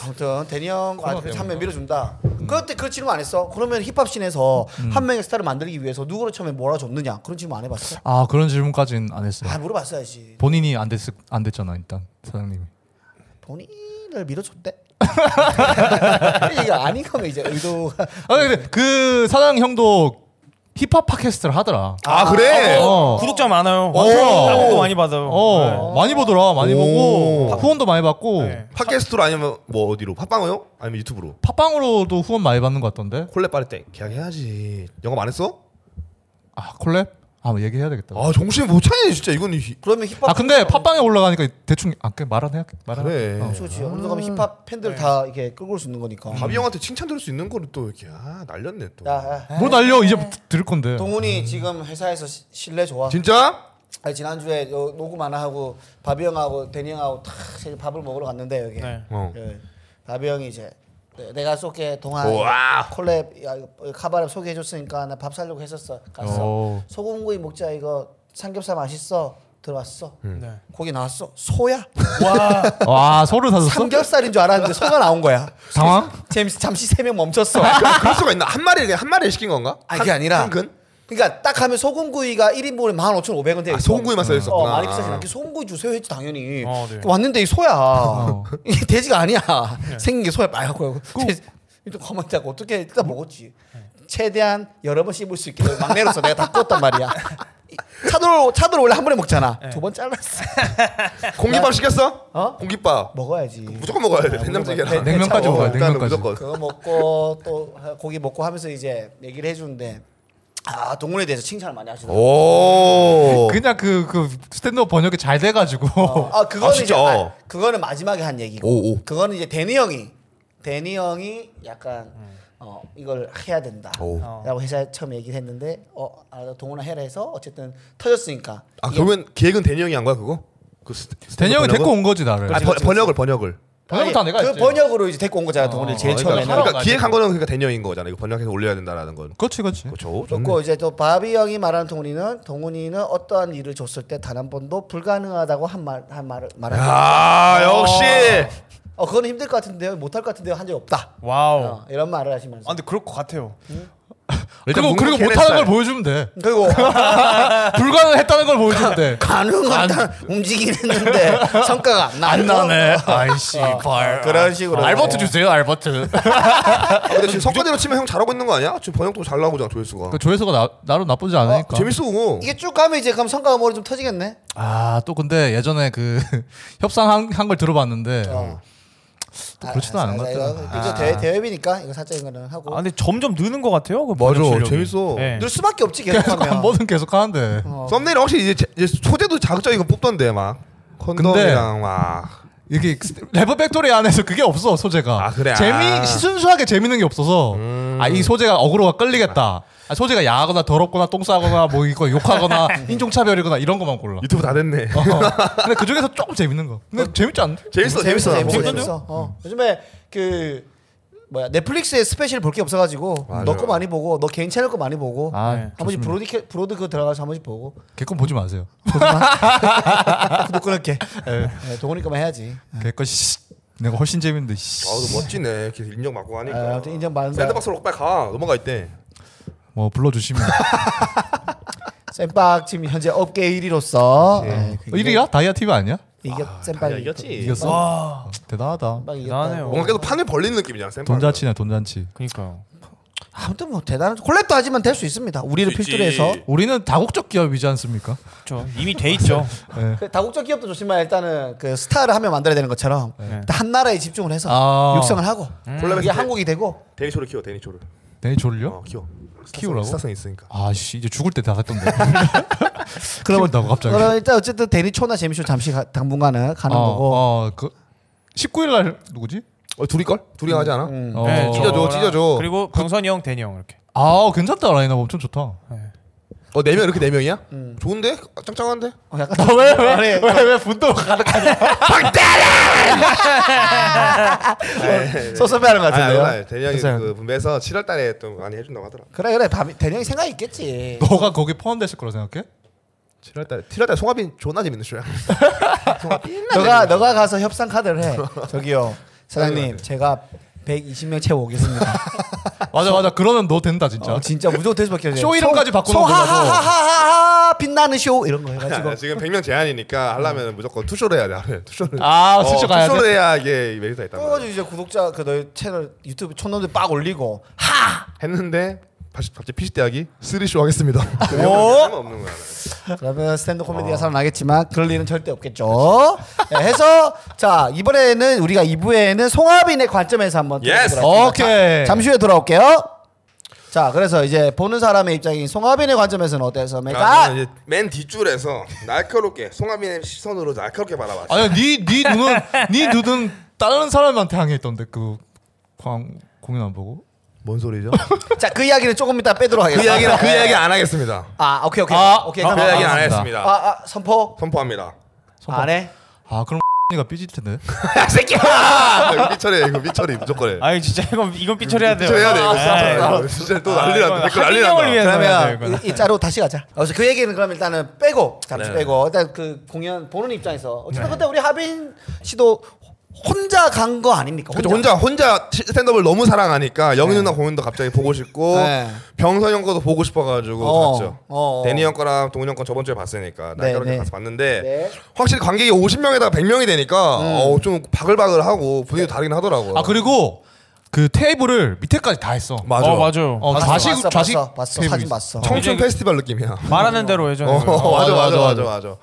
Speaker 1: 아무튼 데니 형 한명 밀어준다. 그때 그 질문 안 했어. 그러면 힙합 씬에서 한 명의 스타를 만들기 위해서 누구를 처음에 몰아줬느냐 그런 질문 안 해봤어.
Speaker 3: 아 그런 질문까지는 안 했어요.
Speaker 1: 아 물어봤어야지.
Speaker 3: 본인이 안 됐을 안 됐잖아 일단 사장님이.
Speaker 1: 본인을 밀어줬대. 이거 아닌 거면 이제 의도가
Speaker 3: 아 근데 그 사장 형도 힙합 팟캐스트를 하더라.
Speaker 2: 아 그래?
Speaker 3: 어.
Speaker 4: 구독자 많아요.
Speaker 3: 어.
Speaker 4: 나보고 많이 받아요.
Speaker 3: 어 많이 보더라 많이
Speaker 2: 오.
Speaker 3: 보고 후원도 많이 받고
Speaker 4: 네.
Speaker 2: 팟캐스트로 아니면 뭐 어디로? 팟빵어요? 아니면 유튜브로?
Speaker 3: 팟빵으로도 후원 많이 받는 것 같던데.
Speaker 2: 콜레 빠를 때 계약해야지 영업 안 했어?
Speaker 3: 아 콜랩? 아뭐 얘기해야 되겠다.
Speaker 2: 아 정신 못 차리네 진짜 이건 이-
Speaker 1: 그러면 힙합
Speaker 3: 아 근데 팟빵에 올라가니까 대충 아 그냥 말은 해야 말은.
Speaker 2: 그래
Speaker 1: 그렇지, 그렇지. 어느 정도 가면 힙합 팬들 다 이렇게 끌고 올 수 있는 거니까.
Speaker 2: 바비 형한테 칭찬 들을 수 있는 거를 또 이렇게 아 날렸네 또
Speaker 1: 야, 야.
Speaker 3: 뭘 날려 이제 들을 건데.
Speaker 1: 동훈이 지금 회사에서 시- 신뢰 좋아.
Speaker 2: 진짜?
Speaker 1: 아니, 지난주에 요 녹음 하나 하고 바비 형하고 데니 형하고 탁 저기 밥을 먹으러 갔는데 여기.
Speaker 4: 네.
Speaker 2: 어.
Speaker 1: 예.
Speaker 3: 음.
Speaker 1: 바비 형이 이제 네, 내- 내가 쏠게 동안
Speaker 3: 아.
Speaker 2: 우와.
Speaker 1: 콜랩 야, 이거 카바랩 소개해 줬으니까 나 밥 사려고 했었어. 갔어.
Speaker 3: 오.
Speaker 1: 소금구이 먹자 이거 삼겹살 맛있어. 들어왔어.
Speaker 3: 음.
Speaker 4: 네.
Speaker 1: 고기 나왔어. 소야.
Speaker 3: 와 소를 사줬어? 아,
Speaker 1: 삼겹살인 줄 알았는데 소가 나온 거야.
Speaker 3: 당황?
Speaker 1: 제임스 잠시 세 명 멈췄어.
Speaker 2: 그럴 수가 있나? 한 마리를 한 마리를 시킨 건가?
Speaker 1: 아 그게 아니라
Speaker 2: 한근?
Speaker 1: 그러니까 딱 하면 소금구이가 1인분에 뭐 15,500원 돼요.
Speaker 2: 아, 소금구이만 써져
Speaker 1: 어,
Speaker 2: 있었구나
Speaker 1: 많이 비싸진 않게 소금구이 주세요 했지 당연히.
Speaker 4: 어, 네.
Speaker 1: 왔는데 이 소야.
Speaker 2: 어.
Speaker 1: 이게 돼지가 아니야.
Speaker 2: 네.
Speaker 1: 생긴 게 소야 아, 빨갛고.
Speaker 2: 그
Speaker 1: 돼지- 일단 가만히 있다가 어떻게 일단 먹었지. 최대한 여러 번 씹을 수 있게 막내로서 내가 다 구웠단 말이야. 차돌 차돌 원래 한 번에 먹잖아.
Speaker 2: 네.
Speaker 1: 두 번 잘랐어.
Speaker 2: 공깃밥 시켰어?
Speaker 1: 어?
Speaker 2: 공깃밥
Speaker 1: 먹어야지.
Speaker 2: 그 무조건 먹어야 돼
Speaker 1: 아,
Speaker 2: 된장찌개랑
Speaker 1: 무조건.
Speaker 3: 네, 냉면까지
Speaker 1: 어,
Speaker 3: 먹어야 돼
Speaker 2: 일단은
Speaker 3: 냉면까지.
Speaker 2: 무조건
Speaker 1: 그거 먹고 또 고기 먹고 하면서 이제 얘기를 해주는데 아 동물에 대해서 칭찬을 많이 하시더라고.
Speaker 2: 오
Speaker 3: 그냥 그 그 스탠드업 번역이 잘 돼가지고
Speaker 1: 아 그거는
Speaker 2: 어. 아,
Speaker 1: 이제
Speaker 2: 진짜?
Speaker 1: 아, 그거는 마지막에 한 얘기고
Speaker 2: 오, 오.
Speaker 1: 그거는 이제 데니 형이 데니 형이 약간 어 이걸 해야
Speaker 2: 음. 오.
Speaker 1: 된다라고 회사에 처음 얘기를 했는데 어 알아 동훈아 해라 해서 어쨌든 터졌으니까
Speaker 2: 아 결국엔 기획은 대니 형이 한 거야 그거? 그 스-
Speaker 3: 대니 형이
Speaker 2: 번역은?
Speaker 3: 데리고 온 거지 나를.
Speaker 2: 아 번- 번역을 번역을
Speaker 3: 번역부터
Speaker 1: 아니,
Speaker 3: 내가
Speaker 1: 그
Speaker 3: 했지.
Speaker 1: 번역으로 이제 데리고 온 거잖아 동훈이 제일
Speaker 2: 그러니까,
Speaker 1: 처음에는
Speaker 2: 그러니까
Speaker 3: 처음에 네?
Speaker 2: 기획한 거는 그러니까 대니 형인 거잖아 이거 번역해서 올려야 된다라는 건
Speaker 3: 그렇지 그렇지.
Speaker 2: 그렇죠
Speaker 1: 그리고 이제 또 바비 형이 말하는 동훈이는 동훈이는 어떠한 일을 줬을 때 단 한 번도 불가능하다고 한 말 한 말을 말한다.
Speaker 2: 아 역시
Speaker 1: 어 그건 힘들 것 같은데요, 못할 것 같은데요 한 적 없다.
Speaker 4: 와우.
Speaker 1: 어, 이런 말을 하시면서.
Speaker 4: 아 근데 그럴 것 같아요.
Speaker 3: 그리고 그리고
Speaker 2: 묵묵히
Speaker 3: 못하는 걸
Speaker 2: 해냈어요.
Speaker 3: 보여주면 돼.
Speaker 1: 그리고
Speaker 3: 불가능했다는 걸 보여주면 돼.
Speaker 1: 가능하다 움직이긴 했는데 성과가 안 나.
Speaker 3: 안 나네. 아이씨 발.
Speaker 1: 그런 식으로.
Speaker 3: 알버트 주세요 알버트.
Speaker 2: 아, 근데 지금 성과대로 치면 형 잘하고 있는 거 아니야? 지금 번역도 잘 나오고 있잖아 조회수가
Speaker 3: 그 조회수가 나, 나름 나쁘지 않으니까.
Speaker 2: 재밌어 그거
Speaker 1: 이게 쭉 가면 이제 그럼 성과가 뭐로 좀
Speaker 3: 아,
Speaker 1: 터지겠네.
Speaker 3: 아또 근데 예전에 그 협상 한 걸 들어봤는데 또 그렇지도 않은 것 같더라.
Speaker 1: 이거 대회 대회비니까 이거 살짝 이거는
Speaker 4: 아
Speaker 1: 하고
Speaker 4: 근데 점점 느는 것 같아요. 그
Speaker 2: 맞아,
Speaker 4: 번역 실력이.
Speaker 2: 재밌어.
Speaker 4: 네.
Speaker 1: 늘 수밖에 없지
Speaker 3: 계속
Speaker 1: 계속하면.
Speaker 3: 뭐든 계속 하는데
Speaker 2: 썸네일 확실히 이제, 제- 이제 소재도 자극적인 거 뽑던데 막 컨덤이랑 막
Speaker 3: 이게 래퍼 팩토리 안에서 그게 없어 소재가.
Speaker 2: 아, 그래.
Speaker 3: 재미
Speaker 2: 아. 음.
Speaker 3: 순수하게 재밌는 게 없어서 아 이 소재가 어그로가 끌리겠다. 아, 소재가 야하거나 더럽거나 똥 싸거나 뭐 이거 욕하거나 인종차별이거나 이런 것만 골라.
Speaker 2: 유튜브 다 됐네.
Speaker 3: 어. 근데 그 중에서 조금 재밌는 거. 근데 재밌지 않나?
Speaker 2: 재밌어, 재밌어.
Speaker 1: 재밌어,
Speaker 2: 재밌어.
Speaker 1: 재밌어. 어. 요즘에 그 뭐야 넷플릭스에 스페셜 볼 게 없어가지고
Speaker 2: 맞아요.
Speaker 1: 너 거 많이 보고 너 개인 채널 거 많이 보고
Speaker 3: 아,
Speaker 4: 네.
Speaker 1: 한 번씩 브로드 캐- 브로드 그거 들어가서 한 번씩 보고 아,
Speaker 3: 걔건 보지 마세요.
Speaker 1: 구독 끊을게. 네, 동훈이 거만 해야지.
Speaker 3: 걔건 씨, 내가 훨씬 재밌는데. 씨.
Speaker 2: 아우 뭐- 인정받고 계속 인정 받고
Speaker 1: 아,
Speaker 2: 하니까.
Speaker 1: 아무튼 인정받는다.
Speaker 2: 샌드박스로 빨리 가. 넘어가 있대.
Speaker 3: 뭐 불러주시면.
Speaker 1: 쌤박 지금 현재 업계 1위로서 네, 그
Speaker 3: 1위야? 어, 다이아 TV 아니야?
Speaker 1: 이겼
Speaker 2: 아,
Speaker 1: 쌤박
Speaker 2: 이겼지.
Speaker 3: 이겼어.
Speaker 4: 와,
Speaker 3: 대단하다.
Speaker 1: 쌤박
Speaker 4: 대단하네요.
Speaker 1: 이겼다. 어,
Speaker 2: 뭔가 계속 판을 벌리는 느낌이야. 샌드박스.
Speaker 3: 돈잔치네 돈잔치.
Speaker 4: 그니까요.
Speaker 1: 아무튼 뭐 대단한 콜랩도 하지만 될 수 있습니다. 우리를
Speaker 2: 있지.
Speaker 1: 필두로 해서
Speaker 3: 우리는 다국적 기업이지 않습니까?
Speaker 4: 저 이미 돼 있죠.
Speaker 1: 그 다국적 기업도 좋지만 일단은 그 스타를 하면 만들어야 되는 것처럼 한 나라에 집중을 해서
Speaker 3: 아.
Speaker 1: 육성을 하고
Speaker 2: 콜라보
Speaker 1: 이게
Speaker 2: 했을 때-
Speaker 1: 한국이 되고
Speaker 2: 데니초를 키워. 데니초를.
Speaker 3: 내일 네, 졸려?
Speaker 2: 어, 키워.
Speaker 3: 키우라고?
Speaker 2: 스타성 있으니까.
Speaker 3: 아씨 이제 죽을 때 다 갔던데. 그러면다고 갑자기.
Speaker 1: 그럼 일단 어쨌든 데니초나 재미쇼 잠시 가, 당분간은 가는 거고
Speaker 3: 네. 어, 그 19일 날 누구지?
Speaker 2: 어, 둘이 걸? 둘이 하지 않아?
Speaker 1: 음.
Speaker 3: 어,
Speaker 4: 네,
Speaker 2: 찢어줘,
Speaker 4: 저랑
Speaker 2: 찢어줘.
Speaker 4: 그리고 병선이 형, 대니 형 이렇게.
Speaker 3: 아 괜찮다 라인업 엄청 좋다.
Speaker 2: 어, 네 명 이렇게 네 명이야?
Speaker 1: 음.
Speaker 2: 좋은데? 아, 짱짱한데?
Speaker 1: 어, 약간 왜왜왜
Speaker 3: 왜왜 분노가 가득하냐?
Speaker 1: 아, 예. 소섭해하는 것 같은데요.
Speaker 2: 아니, 대니 형이 그 분배해서 7월 달에 또 많이 해 준다고 하더라.
Speaker 1: 그래 그래 밤이 대령이 생각이 있겠지.
Speaker 3: 너가 거기 포함됐을 거라 생각해?
Speaker 2: 7월 달에 7월 달에 송하빈 존나 재밌는 쇼야.
Speaker 1: 너가 너가 가서 협상 카드를 해. 저기요 사장님 제가 120명 채워 오겠습니다.
Speaker 3: 맞아 맞아 그러면 너 된다 진짜.
Speaker 1: 어, 진짜 무조건 될 수밖에 없네.
Speaker 3: 쇼 이름까지 바꾸는 걸로 하고.
Speaker 1: 소하하하하하 빛나는 쇼 이런 거 해가지고
Speaker 2: 아, 지금 100명 제한이니까 하려면 무조건 투쇼를 해야 돼. 하루에 투쇼를. 어,
Speaker 3: 아, 투쇼 가야 돼?
Speaker 2: 투쇼를 해야 이게 메리트가 있단 말이야.
Speaker 1: 그래가지고 이제 구독자 그 너희 채널 유튜브 촌놈들 빡 올리고 하
Speaker 2: 했는데 다시 갑자기 PC 대학이 쓰리쇼 하겠습니다.
Speaker 1: 오!
Speaker 2: 없는 거야.
Speaker 1: 그러면 스탠드 코미디가 살아나겠지만 그럴 일은 절대 없겠죠. 네, 해서 자 이번에는 우리가 2부에는 송하빈의 관점에서 한번
Speaker 2: Yes.
Speaker 1: 들어보도록 하겠습니다. 자,
Speaker 3: 오케이.
Speaker 1: 잠시 후에 돌아올게요. 자 그래서 이제 보는 사람의 입장인 송하빈의 관점에서는 어때서
Speaker 2: 아,
Speaker 1: 메가
Speaker 2: 저는 이제 맨 뒷줄에서 날카롭게 송하빈의 시선으로 날카롭게 바라봤어.
Speaker 3: 아니 니니 눈은 니 눈은 다른 사람한테 향해 있던데 그 광, 공연 안 보고.
Speaker 2: 뭔 소리죠?
Speaker 1: 자그 이야기는 조금 이따 빼도록
Speaker 2: 그
Speaker 1: 하겠습니다.
Speaker 2: 이야기는 그 이야기 안 하겠습니다.
Speaker 1: 아 오케이 오케이
Speaker 3: 아,
Speaker 1: 오케이
Speaker 3: 아,
Speaker 2: 그
Speaker 1: 가만-
Speaker 2: 이야기 안
Speaker 3: 알겠습니다.
Speaker 2: 하겠습니다.
Speaker 1: 아, 아 선포
Speaker 2: 선포합니다.
Speaker 1: 안 해.
Speaker 3: 아 그럼 X가 삐질 텐데.
Speaker 2: 아, 이거 삐처리 이거 삐처리 무조건 해.
Speaker 4: 아이 진짜 이건 이건 삐처리해야 돼요.
Speaker 2: 네. 음, 삐처리 해야 돼. 이거 진짜,
Speaker 4: 아,
Speaker 2: 네, 아, 진짜 또 난리 난다. 댓글 난리
Speaker 4: 한인형을
Speaker 3: 예,
Speaker 2: 난다.
Speaker 4: 위해서 해야 돼.
Speaker 1: 그러면
Speaker 4: 이거는.
Speaker 1: 이, 이 자로 다시 가자. 그래서 그 얘기는 그럼 일단은 빼고 잠시
Speaker 2: 네.
Speaker 1: 빼고 일단 그 공연 보는 입장에서 어쨌든
Speaker 3: 네.
Speaker 1: 그때 우리 하빈 씨도 혼자 간 거 아닙니까?
Speaker 2: 그죠 혼자 혼자 시- 스탠드업을 너무 사랑하니까 영희 누나 공연도 갑자기 보고 싶고
Speaker 1: 네.
Speaker 2: 병선 형 거도 보고 싶어가지고
Speaker 1: 어,
Speaker 2: 갔죠.
Speaker 1: 어, 어.
Speaker 2: 데니 형 거랑 동훈 형거 저번 주에 봤으니까
Speaker 1: 네,
Speaker 2: 날카롭게
Speaker 1: 네.
Speaker 2: 가서 봤는데
Speaker 1: 네.
Speaker 2: 확실히 관객이 50명에다가 100명이 되니까 어, 좀 바글바글하고 분위기 도 다르긴 하더라고요.
Speaker 3: 아 그리고 그 테이블을 밑에까지 다 했어.
Speaker 2: 맞아.
Speaker 4: 어 맞아요.
Speaker 3: 어,
Speaker 1: 봤어,
Speaker 3: 좌식
Speaker 1: 봤어,
Speaker 3: 좌식
Speaker 1: 봤어, 봤어
Speaker 3: 테이블이
Speaker 1: 사진
Speaker 3: 있어.
Speaker 1: 봤어.
Speaker 2: 청춘 페스티벌 느낌이야.
Speaker 4: 말하는 대로 예전에.
Speaker 2: 어, 맞아, 맞아,
Speaker 3: 맞아,
Speaker 2: 맞아, 맞아.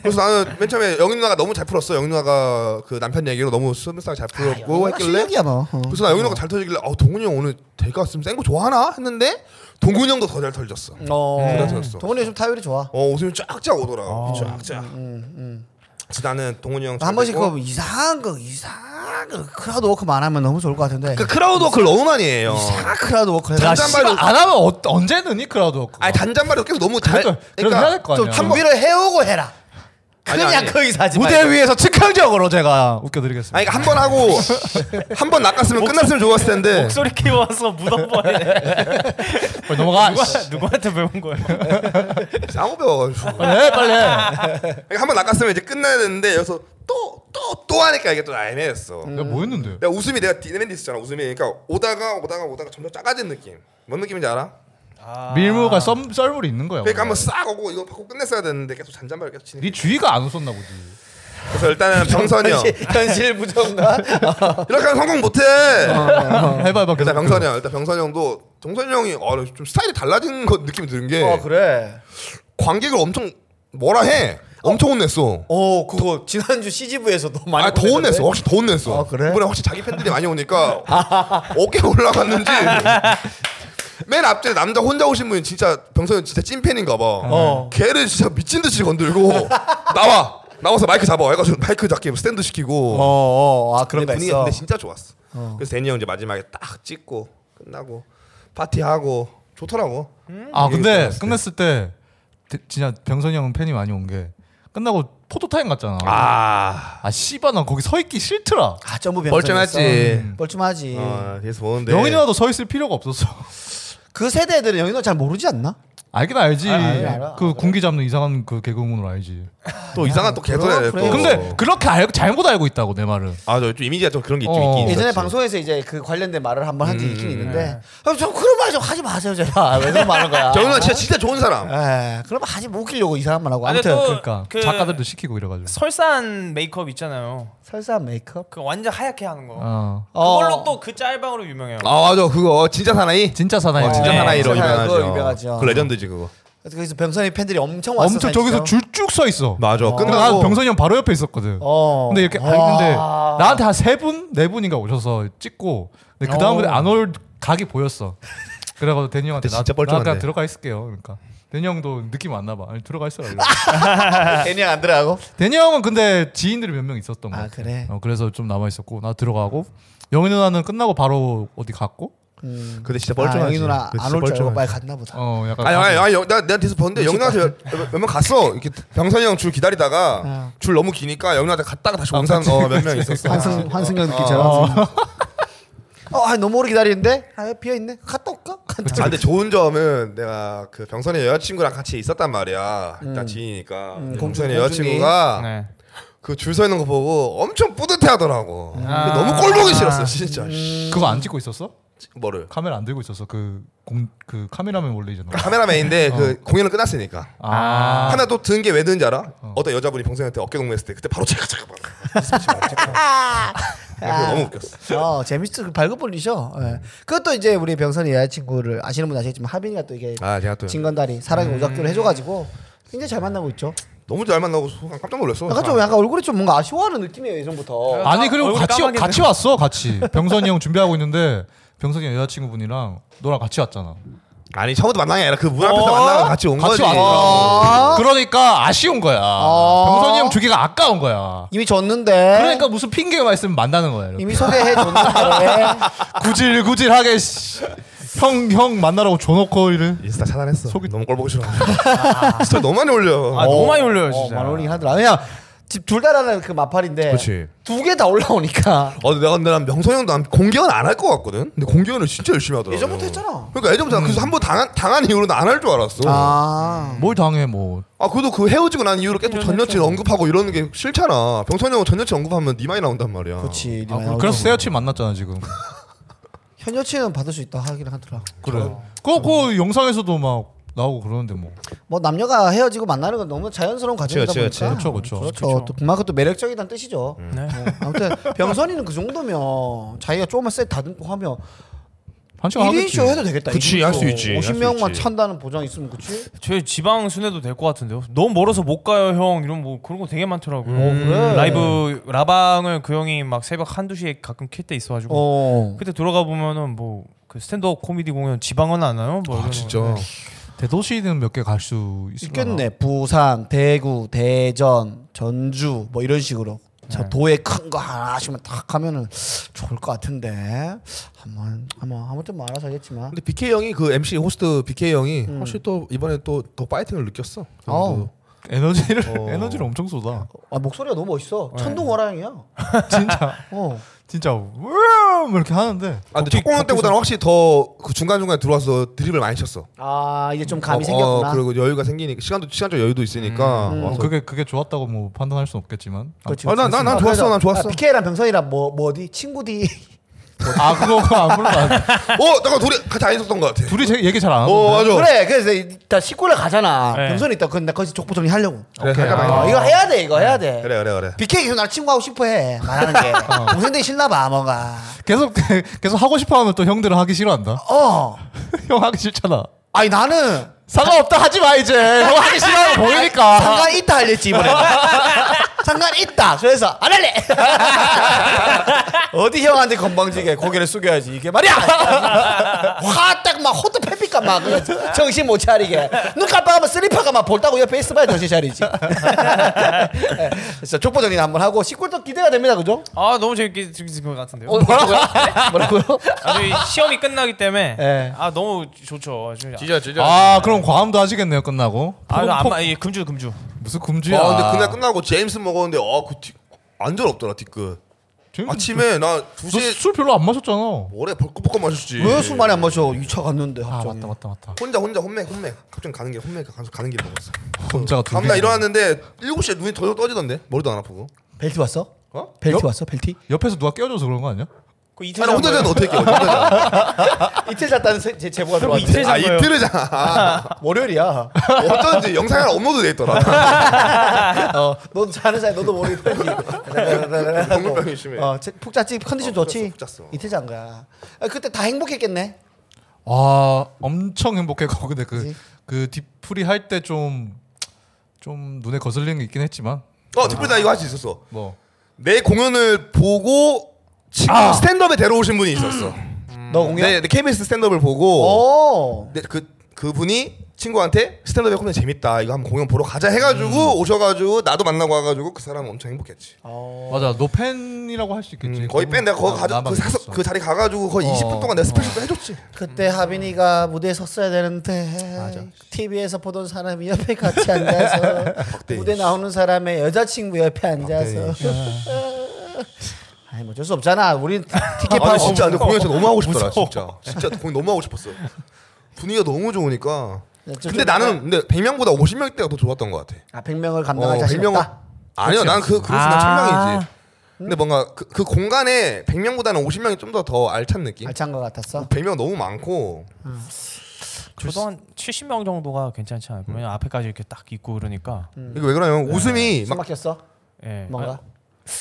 Speaker 2: 그래서 나는 맨 처음에 영희 누나가 너무 잘 풀었어. 영희 누나가 그 남편 얘기로 너무 스무스하게 잘 풀었고
Speaker 1: 워낙
Speaker 2: 했길래.
Speaker 1: 아, 실력이야 뭐. 어.
Speaker 2: 그래서 나 영희 누나가 잘 터지길래 어, 동훈이 형 오늘 대가 쓰면 센거 좋아하나 했는데 동훈이 형도 더 잘 터졌어.
Speaker 1: 어.
Speaker 2: 그래서-
Speaker 1: 동훈이 요즘 타율이 좋아.
Speaker 2: 어 웃음이 쫙쫙 오더라고. 쫙쫙. 그래서 나는 동훈이 형. 잘
Speaker 1: 음. 한 번씩
Speaker 2: 되고.
Speaker 1: 그 이상한 거 이상한 거 크라우드 워크만 하면 너무 좋을 것 같은데.
Speaker 2: 그 크라우드 워크를 너무 많이 해요.
Speaker 1: 이상한 크라우드 워크
Speaker 3: 야,
Speaker 1: 해서
Speaker 2: 잔잔-
Speaker 3: 아, 씨발, 안 하면 어, 언제 느니 그 크라우드 워크?
Speaker 2: 아니 단잔말로 계속 너무 잘.
Speaker 3: 그러니까, 그럼 해야 될거
Speaker 1: 좀
Speaker 3: 아니야.
Speaker 1: 준비를 해오고 해라.
Speaker 2: 아니,
Speaker 1: 그냥
Speaker 2: 아니.
Speaker 1: 거기서 하지 말고.
Speaker 3: 무대 위에서 즉흥적으로 제가 웃겨드리겠습니다.
Speaker 2: 아니 그러니까 한 번 하고 한 번 낚았으면 끝났으면 좋았을 텐데.
Speaker 4: 목소리 키워서
Speaker 2: 아,
Speaker 4: 묻어버리네.
Speaker 3: 빨리 넘어가.
Speaker 4: 누가
Speaker 3: 씨.
Speaker 4: 누구한테 배운 거예요?
Speaker 2: 쌍호 배워가지고.
Speaker 3: 빨리 해, 빨리 해.
Speaker 2: 그러니까 한 번 낚았으면 이제 끝나야 되는데 여기서 또 또 또 하니까 이게 또 애매했어.
Speaker 3: 내가 뭐 했는데?
Speaker 2: 내가 웃음이 내가 디네멘디스잖아 웃음이 그러니까 오다가 오다가 오다가 점점 작아진 느낌. 뭔 느낌인지 알아?
Speaker 3: 밀무가 썸, 썰물이 있는 거야.
Speaker 2: 그러니까
Speaker 3: 원래.
Speaker 2: 한번 싹 오고 이거 받고 끝냈어야 되는데 계속 잔잔말 계속 치니까.
Speaker 3: 네 주위가 안 웃었나 보지.
Speaker 2: 그래서 일단은 병선이 형
Speaker 1: 현실, 현실 부정가.
Speaker 2: 이렇게 하면 성공 못해. 어.
Speaker 3: 해봐, 해봐.
Speaker 2: 일단 병선이 형 일단 병선이 형도 정선이 형이 어, 좀 스타일이 달라진 거 느낌이 드는 게
Speaker 1: 어 그래.
Speaker 2: 관객을 엄청 뭐라 해. 엄청 혼냈어.
Speaker 1: 어 그거 지난주 CGV에서도 많이
Speaker 2: 아, 더
Speaker 1: 보내던데?
Speaker 2: 혼냈어. 확실히 더 혼냈어.
Speaker 1: 아, 그래?
Speaker 2: 이번에 확실히 자기 팬들이 많이 오니까 어깨 올라갔는지 맨 앞자리 남자 혼자 오신 분이 진짜 병선이 진짜 찐팬인가 봐.
Speaker 1: 어.
Speaker 2: 걔를 진짜 미친 듯이 건들고 나와. 나와서 마이크 잡아. 해가지고 마이크 잡게 스탠드 시키고.
Speaker 1: 어, 어, 아 그런
Speaker 2: 근데
Speaker 1: 거
Speaker 2: 분위기가
Speaker 1: 있어.
Speaker 2: 근데 진짜 좋았어. 그래서 데니 형 이제 마지막에 딱 찍고 끝나고 파티하고 좋더라고.
Speaker 1: 음.
Speaker 3: 아 근데
Speaker 2: 얘기
Speaker 3: 끝냈을 때 대- 진짜 병선이 형은 팬이 많이 온 게 끝나고 포토타임 갔잖아.
Speaker 2: 아
Speaker 3: 아 씨발 난 거기 서 있기 싫더라.
Speaker 1: 아 전부 변
Speaker 2: 멀쩡했지.
Speaker 1: 음. 멀쩡하지.
Speaker 2: 어, 뒤에서 보는데
Speaker 3: 영인이 나도 서 있을 필요가 없었어.
Speaker 1: 그 세대들은 영인호 잘 모르지 않나?
Speaker 2: 어,
Speaker 3: 알긴 알지.
Speaker 1: 아, 알아, 알아.
Speaker 3: 그 군기 잡는 이상한 그 개그우먼을 알지.
Speaker 2: 또 이상한 또 개소리야.
Speaker 1: 그래.
Speaker 2: 또.
Speaker 3: 근데 그렇게 알고 잘못 알고 있다고 내 말을.
Speaker 2: 아저 좀 이미지가 좀 그런 게 있긴
Speaker 3: 어.
Speaker 2: 있긴
Speaker 1: 예전에
Speaker 2: 있었지. 음,
Speaker 1: 방송에서 이제 그 관련된 말을 한 번 한 적이 있긴 있는데 아, 저 그런 말 좀 하지 마세요 제가 왜 그런 말하는 거야
Speaker 2: 정윤아 진짜 진짜 좋은 사람.
Speaker 1: 에 그럼 하지 못 웃기려고 이 사람만 하고
Speaker 4: 아니,
Speaker 1: 아무튼
Speaker 4: 또-
Speaker 3: 그러니까
Speaker 4: 그-
Speaker 3: 작가들도 시키고 이래가지고.
Speaker 4: 설산 메이크업 있잖아요.
Speaker 1: 설사 메이크업
Speaker 4: 그 완전 하얗게 하는 거.
Speaker 3: 어.
Speaker 4: 그걸로
Speaker 1: 어.
Speaker 4: 또 그 짤방으로 유명해요.
Speaker 2: 아 맞아 그거 진짜 사나이.
Speaker 3: 진짜 사나이.
Speaker 2: 어, 진짜
Speaker 4: 네,
Speaker 2: 사나이로
Speaker 1: 진짜 사나이,
Speaker 2: 유명하죠.
Speaker 1: 그거 유명하죠.
Speaker 2: 그 레전드지 그거.
Speaker 1: 그래서 병선이 팬들이 엄청 왔어
Speaker 3: 엄청 저기서 줄 쭉 서 있어.
Speaker 2: 맞아.
Speaker 3: 근데 나
Speaker 2: 끝나고
Speaker 3: 병선이 형 바로 옆에 있었거든.
Speaker 1: 어.
Speaker 3: 근데 이렇게
Speaker 1: 와.
Speaker 3: 아니 근데 나한테 한 세 분, 네 분인가 오셔서 찍고 근데 그 다음부터
Speaker 1: 어.
Speaker 3: 안올 각이 보였어. 그래가지고 대니 형한테
Speaker 2: 그때
Speaker 3: 나,
Speaker 2: 진짜
Speaker 3: 나
Speaker 2: 뻘쭘한데.
Speaker 3: 그냥 들어가 있을게요. 그러니까 대니 형도 느낌 왔나 봐. 아니 들어가 있어라.
Speaker 1: 괜히 안 들어가고
Speaker 3: 대니 형은 근데 지인들이 몇 명 있었던 거.
Speaker 1: 아,
Speaker 3: 같아.
Speaker 1: 그래?
Speaker 3: 어, 그래서 좀 남아 있었고 나 들어가고 영희 누나는 끝나고 바로 어디 갔고.
Speaker 1: 음.
Speaker 2: 근데 그 진짜
Speaker 1: 아,
Speaker 2: 뻘쭘하지.
Speaker 1: 영희 누나
Speaker 2: 그거 진짜
Speaker 1: 안 올 줄 알고
Speaker 2: 뻘쭘하지.
Speaker 1: 빨리 갔나 보다
Speaker 3: 어 약간.
Speaker 2: 아니 아니 아니 여- 나 내가 뒤에서 봤는데 영희한테 몇명 갔어 이렇게 병선이 형 줄 기다리다가
Speaker 1: 어. 아,
Speaker 2: 줄 너무 기니까 영희한테 갔다가 다시 온 사람 어, 몇 명 있었어
Speaker 1: 환승 환승연 느끼잖아 어 아, 너무 오래 기다리는데 아 비어 있네 갔다 올까
Speaker 2: 아,
Speaker 1: 갔다
Speaker 2: 근데 좋은 점은 내가 그 병선이 여자친구랑 같이 있었단 말이야 일단 지인이니까
Speaker 1: 음. 공주니,
Speaker 2: 병선이 여자친구가
Speaker 4: 네.
Speaker 2: 그 줄 서 있는 거 보고 엄청 뿌듯해하더라고
Speaker 1: 아.
Speaker 2: 근데 너무 꼴 보기 싫었어 진짜 씨,
Speaker 3: 그거 안 찍고 있었어?
Speaker 2: 뭐를
Speaker 3: 카메라 안 들고 있었어. 그 공 그 카메라맨 원래 이제 너.
Speaker 1: 어.
Speaker 2: 카메라맨인데 그 공연은 끝났으니까
Speaker 3: 아.
Speaker 2: 하나 또 든 게 왜 든지 알아? 어. 떤 여자분이 병선이한테 어깨 동무했을 때 그때 바로 차가 차가 봐 너무 웃겼어
Speaker 1: 아. 어 재밌어 그 밝은 분이셔. 예. 그것도 이제 우리 병선이 여자친구를 아시는 분 아시겠지만 하빈이가 또 이게
Speaker 2: 아 음. 제가 또
Speaker 1: 진건다리 사랑의 오작교를 해줘가지고 굉장히 잘 만나고 있죠.
Speaker 2: 너무 잘 만나고 순간 깜짝 놀랐어 아.
Speaker 1: 약간 좀 약간 얼굴이 좀 뭔가 아쉬워하는 느낌이에요 예전부터.
Speaker 3: 아니 그리고
Speaker 4: 얼굴
Speaker 3: 같이
Speaker 4: 까맣게
Speaker 3: 같이 왔어 같이 병선이 형 준비하고 있는데 병선이 형 여자친구분이랑 너랑 같이 왔잖아
Speaker 2: 아니 처음부터 만난 게 아니라 그 문
Speaker 1: 어.
Speaker 2: 앞에서 만나고 같이 온
Speaker 3: 같이
Speaker 2: 거지
Speaker 3: 왔어
Speaker 1: 아,
Speaker 3: 그러니까 아쉬운 거야 병선이 형 주기가 아까운 거야
Speaker 1: 이미 졌는데.
Speaker 3: 그러니까 무슨 핑계가 있으면 만나는 거야 이렇게.
Speaker 1: 이미 소개해 줬는데
Speaker 2: 아.
Speaker 3: 구질구질하게 형형 만나라고 줘놓고 이래
Speaker 2: 인스타 차단했어 너무 꼴 보기 싫어
Speaker 1: 아.
Speaker 2: 스토리 너무 많이 올려
Speaker 4: 아 너무 많이 올려요
Speaker 1: 어,
Speaker 4: 진짜.
Speaker 1: 마로링 하더라. 그냥 집둘 다라는 그 마팔인데
Speaker 2: 그치.
Speaker 1: 두 개 다 올라오니까
Speaker 2: 어 근데 내가 근데 난 명선 형도 난 공개는 안 할 것 같거든 근데 공개는 진짜 열심히 하더라고
Speaker 1: 예전부터 했잖아.
Speaker 2: 그러니까 예전부터 난 그래서 한 번 당한, 당한 이후로는 안 할 줄 알았어 아.
Speaker 1: 아
Speaker 3: 뭘 당해 뭐
Speaker 2: 그래도 그 헤어지고 난 이후로 계속 전 여친 언급하고 이러는 게 싫잖아 병선 형은 전 여친 언급하면 니 많이 나온단 말이야
Speaker 1: 그렇지
Speaker 3: 아,
Speaker 2: 뭐.
Speaker 3: 그래서 새 여친 만났잖아 지금
Speaker 1: 현 여친은 받을 수 있다 하긴 하더라
Speaker 3: 그래
Speaker 2: 그렇죠.
Speaker 3: 그거 그 영상에서도 막 나오고 그러는데 뭐
Speaker 1: 뭐 남녀가 헤어지고 만나는 건 너무 자연스러운 과정이다
Speaker 2: 그치, 그치.
Speaker 1: 보니까
Speaker 3: 그쵸, 그쵸.
Speaker 1: 그렇죠 또 그만큼 또 매력적이다는 뜻이죠 뭐
Speaker 4: 네.
Speaker 1: 아무튼 병선이는 그 정도면 자기가 조금만 셋 다듬고 하면
Speaker 3: 한 시간
Speaker 1: 1인
Speaker 3: 하겠지
Speaker 1: 쇼 해도 되겠다
Speaker 2: 그치,
Speaker 1: 1인
Speaker 2: 할
Speaker 1: 쇼
Speaker 2: 수 있지, 할수
Speaker 1: 50명만
Speaker 2: 있지.
Speaker 1: 찬다는 보장 있으면 그치
Speaker 4: 저희 지방 순회도 될 것 같은데요. 너무 멀어서 못 가요 형. 이런 뭐 그런 거 되게 많더라고요.
Speaker 1: 그래?
Speaker 4: 라이브 라방을 그 형이 막 새벽 한두 시에 가끔 킬 때 있어가지고
Speaker 1: 어
Speaker 4: 그때 돌아가 보면은 뭐 그 스탠드업 코미디 공연 지방은 안 와요. 뭐
Speaker 2: 아
Speaker 4: 이런
Speaker 2: 진짜
Speaker 4: 거.
Speaker 3: 대도시는 몇 개 갈 수 있을까
Speaker 1: 있겠네 부산 대구 대전 전주 뭐 이런 식으로 저 도에 큰 거 하나씩만 딱 하면은 좋을 것 같은데 한번 한번 아무튼 뭐 알아서 하겠지만
Speaker 2: 근데 BK 형이 그 MC 호스트 BK 형이 확실히 또 이번에 또 더 파이팅을 느꼈어
Speaker 1: 어.
Speaker 3: 에너지를
Speaker 2: 어.
Speaker 3: 에너지를 엄청 쏟아
Speaker 1: 아 목소리가 너무 멋있어
Speaker 2: 네.
Speaker 1: 천둥 호랑이야
Speaker 3: 진짜
Speaker 1: 어
Speaker 3: 진짜 왜 이렇게 하는데
Speaker 2: 아, 근데 첫 공연 때보다는 확실히 더 그 중간 중간에 들어와서 드립을 많이 쳤어.
Speaker 1: 아 이제 좀 감이
Speaker 2: 어,
Speaker 1: 생겼구나.
Speaker 2: 어, 그리고 여유가 생기니까 시간도 시간적 여유도 있으니까.
Speaker 1: 음.
Speaker 2: 와서.
Speaker 3: 어, 그게 그게 좋았다고 뭐 판단할 수는 없겠지만 아,
Speaker 1: 그렇지,
Speaker 2: 아, 난- 난- 난 좋았어, 난 좋았어.
Speaker 1: PK랑 아, 병선이랑 뭐, 뭐 어디 친구디.
Speaker 3: 아 그거 아무래도 안-
Speaker 2: 어, 잠깐 둘이 같이 안 있었던 것 같아.
Speaker 3: 둘이 제, 얘기 잘 안 하고
Speaker 2: 어, 맞아.
Speaker 1: 그래 그래서 일단 식구를 가잖아.
Speaker 4: 네.
Speaker 1: 병선이 있다. 근데 거기서 족보 정리 하려고.
Speaker 2: 그래,
Speaker 3: 오케이.
Speaker 2: 잠깐만.
Speaker 1: 어, 이거 해야 돼 이거 해야 돼.
Speaker 2: 아. 네. 그래, 그래, 그래.
Speaker 1: BK 계속 날 친구하고 싶어해 말하는 게 동생들이 싫나봐 뭔가.
Speaker 3: 계속 계속 하고 싶어하면 또 형들은 하기 싫어한다
Speaker 1: 어.
Speaker 3: 형 하기 싫잖아
Speaker 1: 아니 나는
Speaker 3: 상관없다 하지 마 이제. 형 하기 싫어하는 거 보이니까.
Speaker 1: 아, 상관 있다 할랬지 이번에 상관 있다 그래서 안 할래 어디 형한테 건방지게 고개를 숙여야지 이게 말이야 화딱막 호트 패피까 막 정신 못 차리게 눈 깜빡하면 슬리퍼가 막 볼따구 옆에 있어봐야 정신 차리지 예, 진짜 족보전이나 한번 하고 시골도 기대가 됩니다 그죠?
Speaker 4: 아 너무 재밌게 즐기신 것 같은데요.
Speaker 1: 어, 뭐라고요? 뭐라고요?
Speaker 4: 아주 시험이 끝나기 때문에
Speaker 1: 예.
Speaker 4: 아 너무 좋죠.
Speaker 2: 진짜 진짜.
Speaker 3: 아 그럼 과음도 하시겠네요 끝나고.
Speaker 4: 아,
Speaker 3: 폭-
Speaker 4: 아
Speaker 3: 폭-
Speaker 4: 안마 이 금주 금주.
Speaker 3: 무슨 금주야.
Speaker 2: 아 근데 그날 끝나고 제임스 먹었는데 어, 아그 뒤... 완전 없더라 뒤끝.
Speaker 3: 재밌-
Speaker 2: 아침에 나 2시에
Speaker 3: 너술 별로 안 마셨잖아.
Speaker 2: 뭐래 벌컥벌컥 마셨지.
Speaker 1: 왜 술 많이 안 마셔 2차 갔는데
Speaker 3: 아
Speaker 1: 갑자기
Speaker 3: 맞다 맞다 맞다.
Speaker 2: 혼자 혼자 혼맥 혼맥. 갑자기 가는 길 혼맥 가서 가는 길 먹었어.
Speaker 3: 혼자가 두
Speaker 2: 다음날
Speaker 3: 개.
Speaker 2: 일어났는데 7시에 눈이 더더 떠지던데 머리도 안 아프고.
Speaker 1: 벨트 왔어?
Speaker 2: 어?
Speaker 1: 벨트
Speaker 3: 여-
Speaker 1: 왔어? 벨트?
Speaker 3: 옆에서 누가 깨워줘서 그런 거 아니야?
Speaker 4: 그 이틀
Speaker 2: 아니 어- 혼자 자는데 어떻게 깨워? 혼자 자.
Speaker 1: 이틀 잤다는 세- 제, 제보가 들어왔는데
Speaker 4: 이틀
Speaker 2: 아
Speaker 4: 거예요.
Speaker 2: 이틀을 자.
Speaker 1: 월요일이야
Speaker 2: 어쩐지 영상에 업로드 돼 있더라.
Speaker 1: 어, 너도 자는 사이 너도 모르게 편지.
Speaker 2: 당뇨병이 심해.
Speaker 1: 어, 제- 푹 잤지 컨디션
Speaker 2: 어,
Speaker 1: 좋지.
Speaker 2: 푹 잤어, 푹 잤어.
Speaker 1: 이틀 잔 거야. 아, 그때 다 행복했겠네.
Speaker 3: 아 엄청 행복했고 근데
Speaker 1: 그지?
Speaker 3: 그 그 딥풀이 할 때 좀 좀 눈에 거슬리는 게 있긴 했지만
Speaker 2: 어 뒷불 나 이거 할 수 있었어.
Speaker 3: 뭐
Speaker 2: 내 공연을 보고 지금 스탠드업에 데려오신 분이 있었어.
Speaker 1: 너 아. 공연. 어?
Speaker 2: 네, 네, KBS 스탠드업을 보고
Speaker 1: 오.
Speaker 2: 네, 그 그분이 친구한테 스탠드업에 공연 재밌다. 이거 한번 공연 보러 가자 해가지고
Speaker 1: 음.
Speaker 2: 오셔가지고 나도 만나고 와가지고 그 사람 엄청 행복했지.
Speaker 1: 어.
Speaker 3: 맞아 너 팬이라고 할 수 있겠지
Speaker 2: 음, 거의 뺀 내가 거기 가자 그, 사서, 그 자리 가가지고 거의
Speaker 3: 어.
Speaker 2: 20분 동안 내가 스페셜도 해줬지.
Speaker 1: 그때 하빈이가 무대에 섰어야 되는데 TV에서 보던 사람이 옆에 같이 앉아서
Speaker 2: 박대인
Speaker 1: 무대
Speaker 2: 씨.
Speaker 1: 나오는 사람의 여자친구 옆에 앉아서
Speaker 2: 박대인
Speaker 1: 아니 뭐 어쩔 수 없잖아 우린 티- 티켓
Speaker 2: 아
Speaker 1: 파고
Speaker 2: 진짜 근데 공연 진짜 너무 하고 싶더라 진짜. 진짜 공연 너무 하고 싶었어. 분위기가 너무 좋으니까.
Speaker 1: 네, 좀-
Speaker 2: 근데
Speaker 1: 좀-
Speaker 2: 나는 근데 100명보다 50명 때가 더 좋았던 것 같아.
Speaker 1: 아 100명을 감당할 자신
Speaker 2: 100명은
Speaker 1: 없다
Speaker 2: 아니요, 난그 그룹 수가
Speaker 4: 아.
Speaker 2: 천명이지. 근데 뭔가 그, 그 공간에 100명보다는 50명이 좀 더 더 알찬 느낌.
Speaker 1: 알찬 것 같았어
Speaker 2: 100명 너무 많고
Speaker 4: 저도 한 70명 정도가 괜찮지 않을까? 왜냐면 앞에까지 이렇게 딱 있고 그러니까.
Speaker 2: 이거 왜 그러냐면 웃음이
Speaker 1: 숨
Speaker 2: 막
Speaker 1: 막혔어
Speaker 4: 예.
Speaker 1: 뭔가
Speaker 4: 아,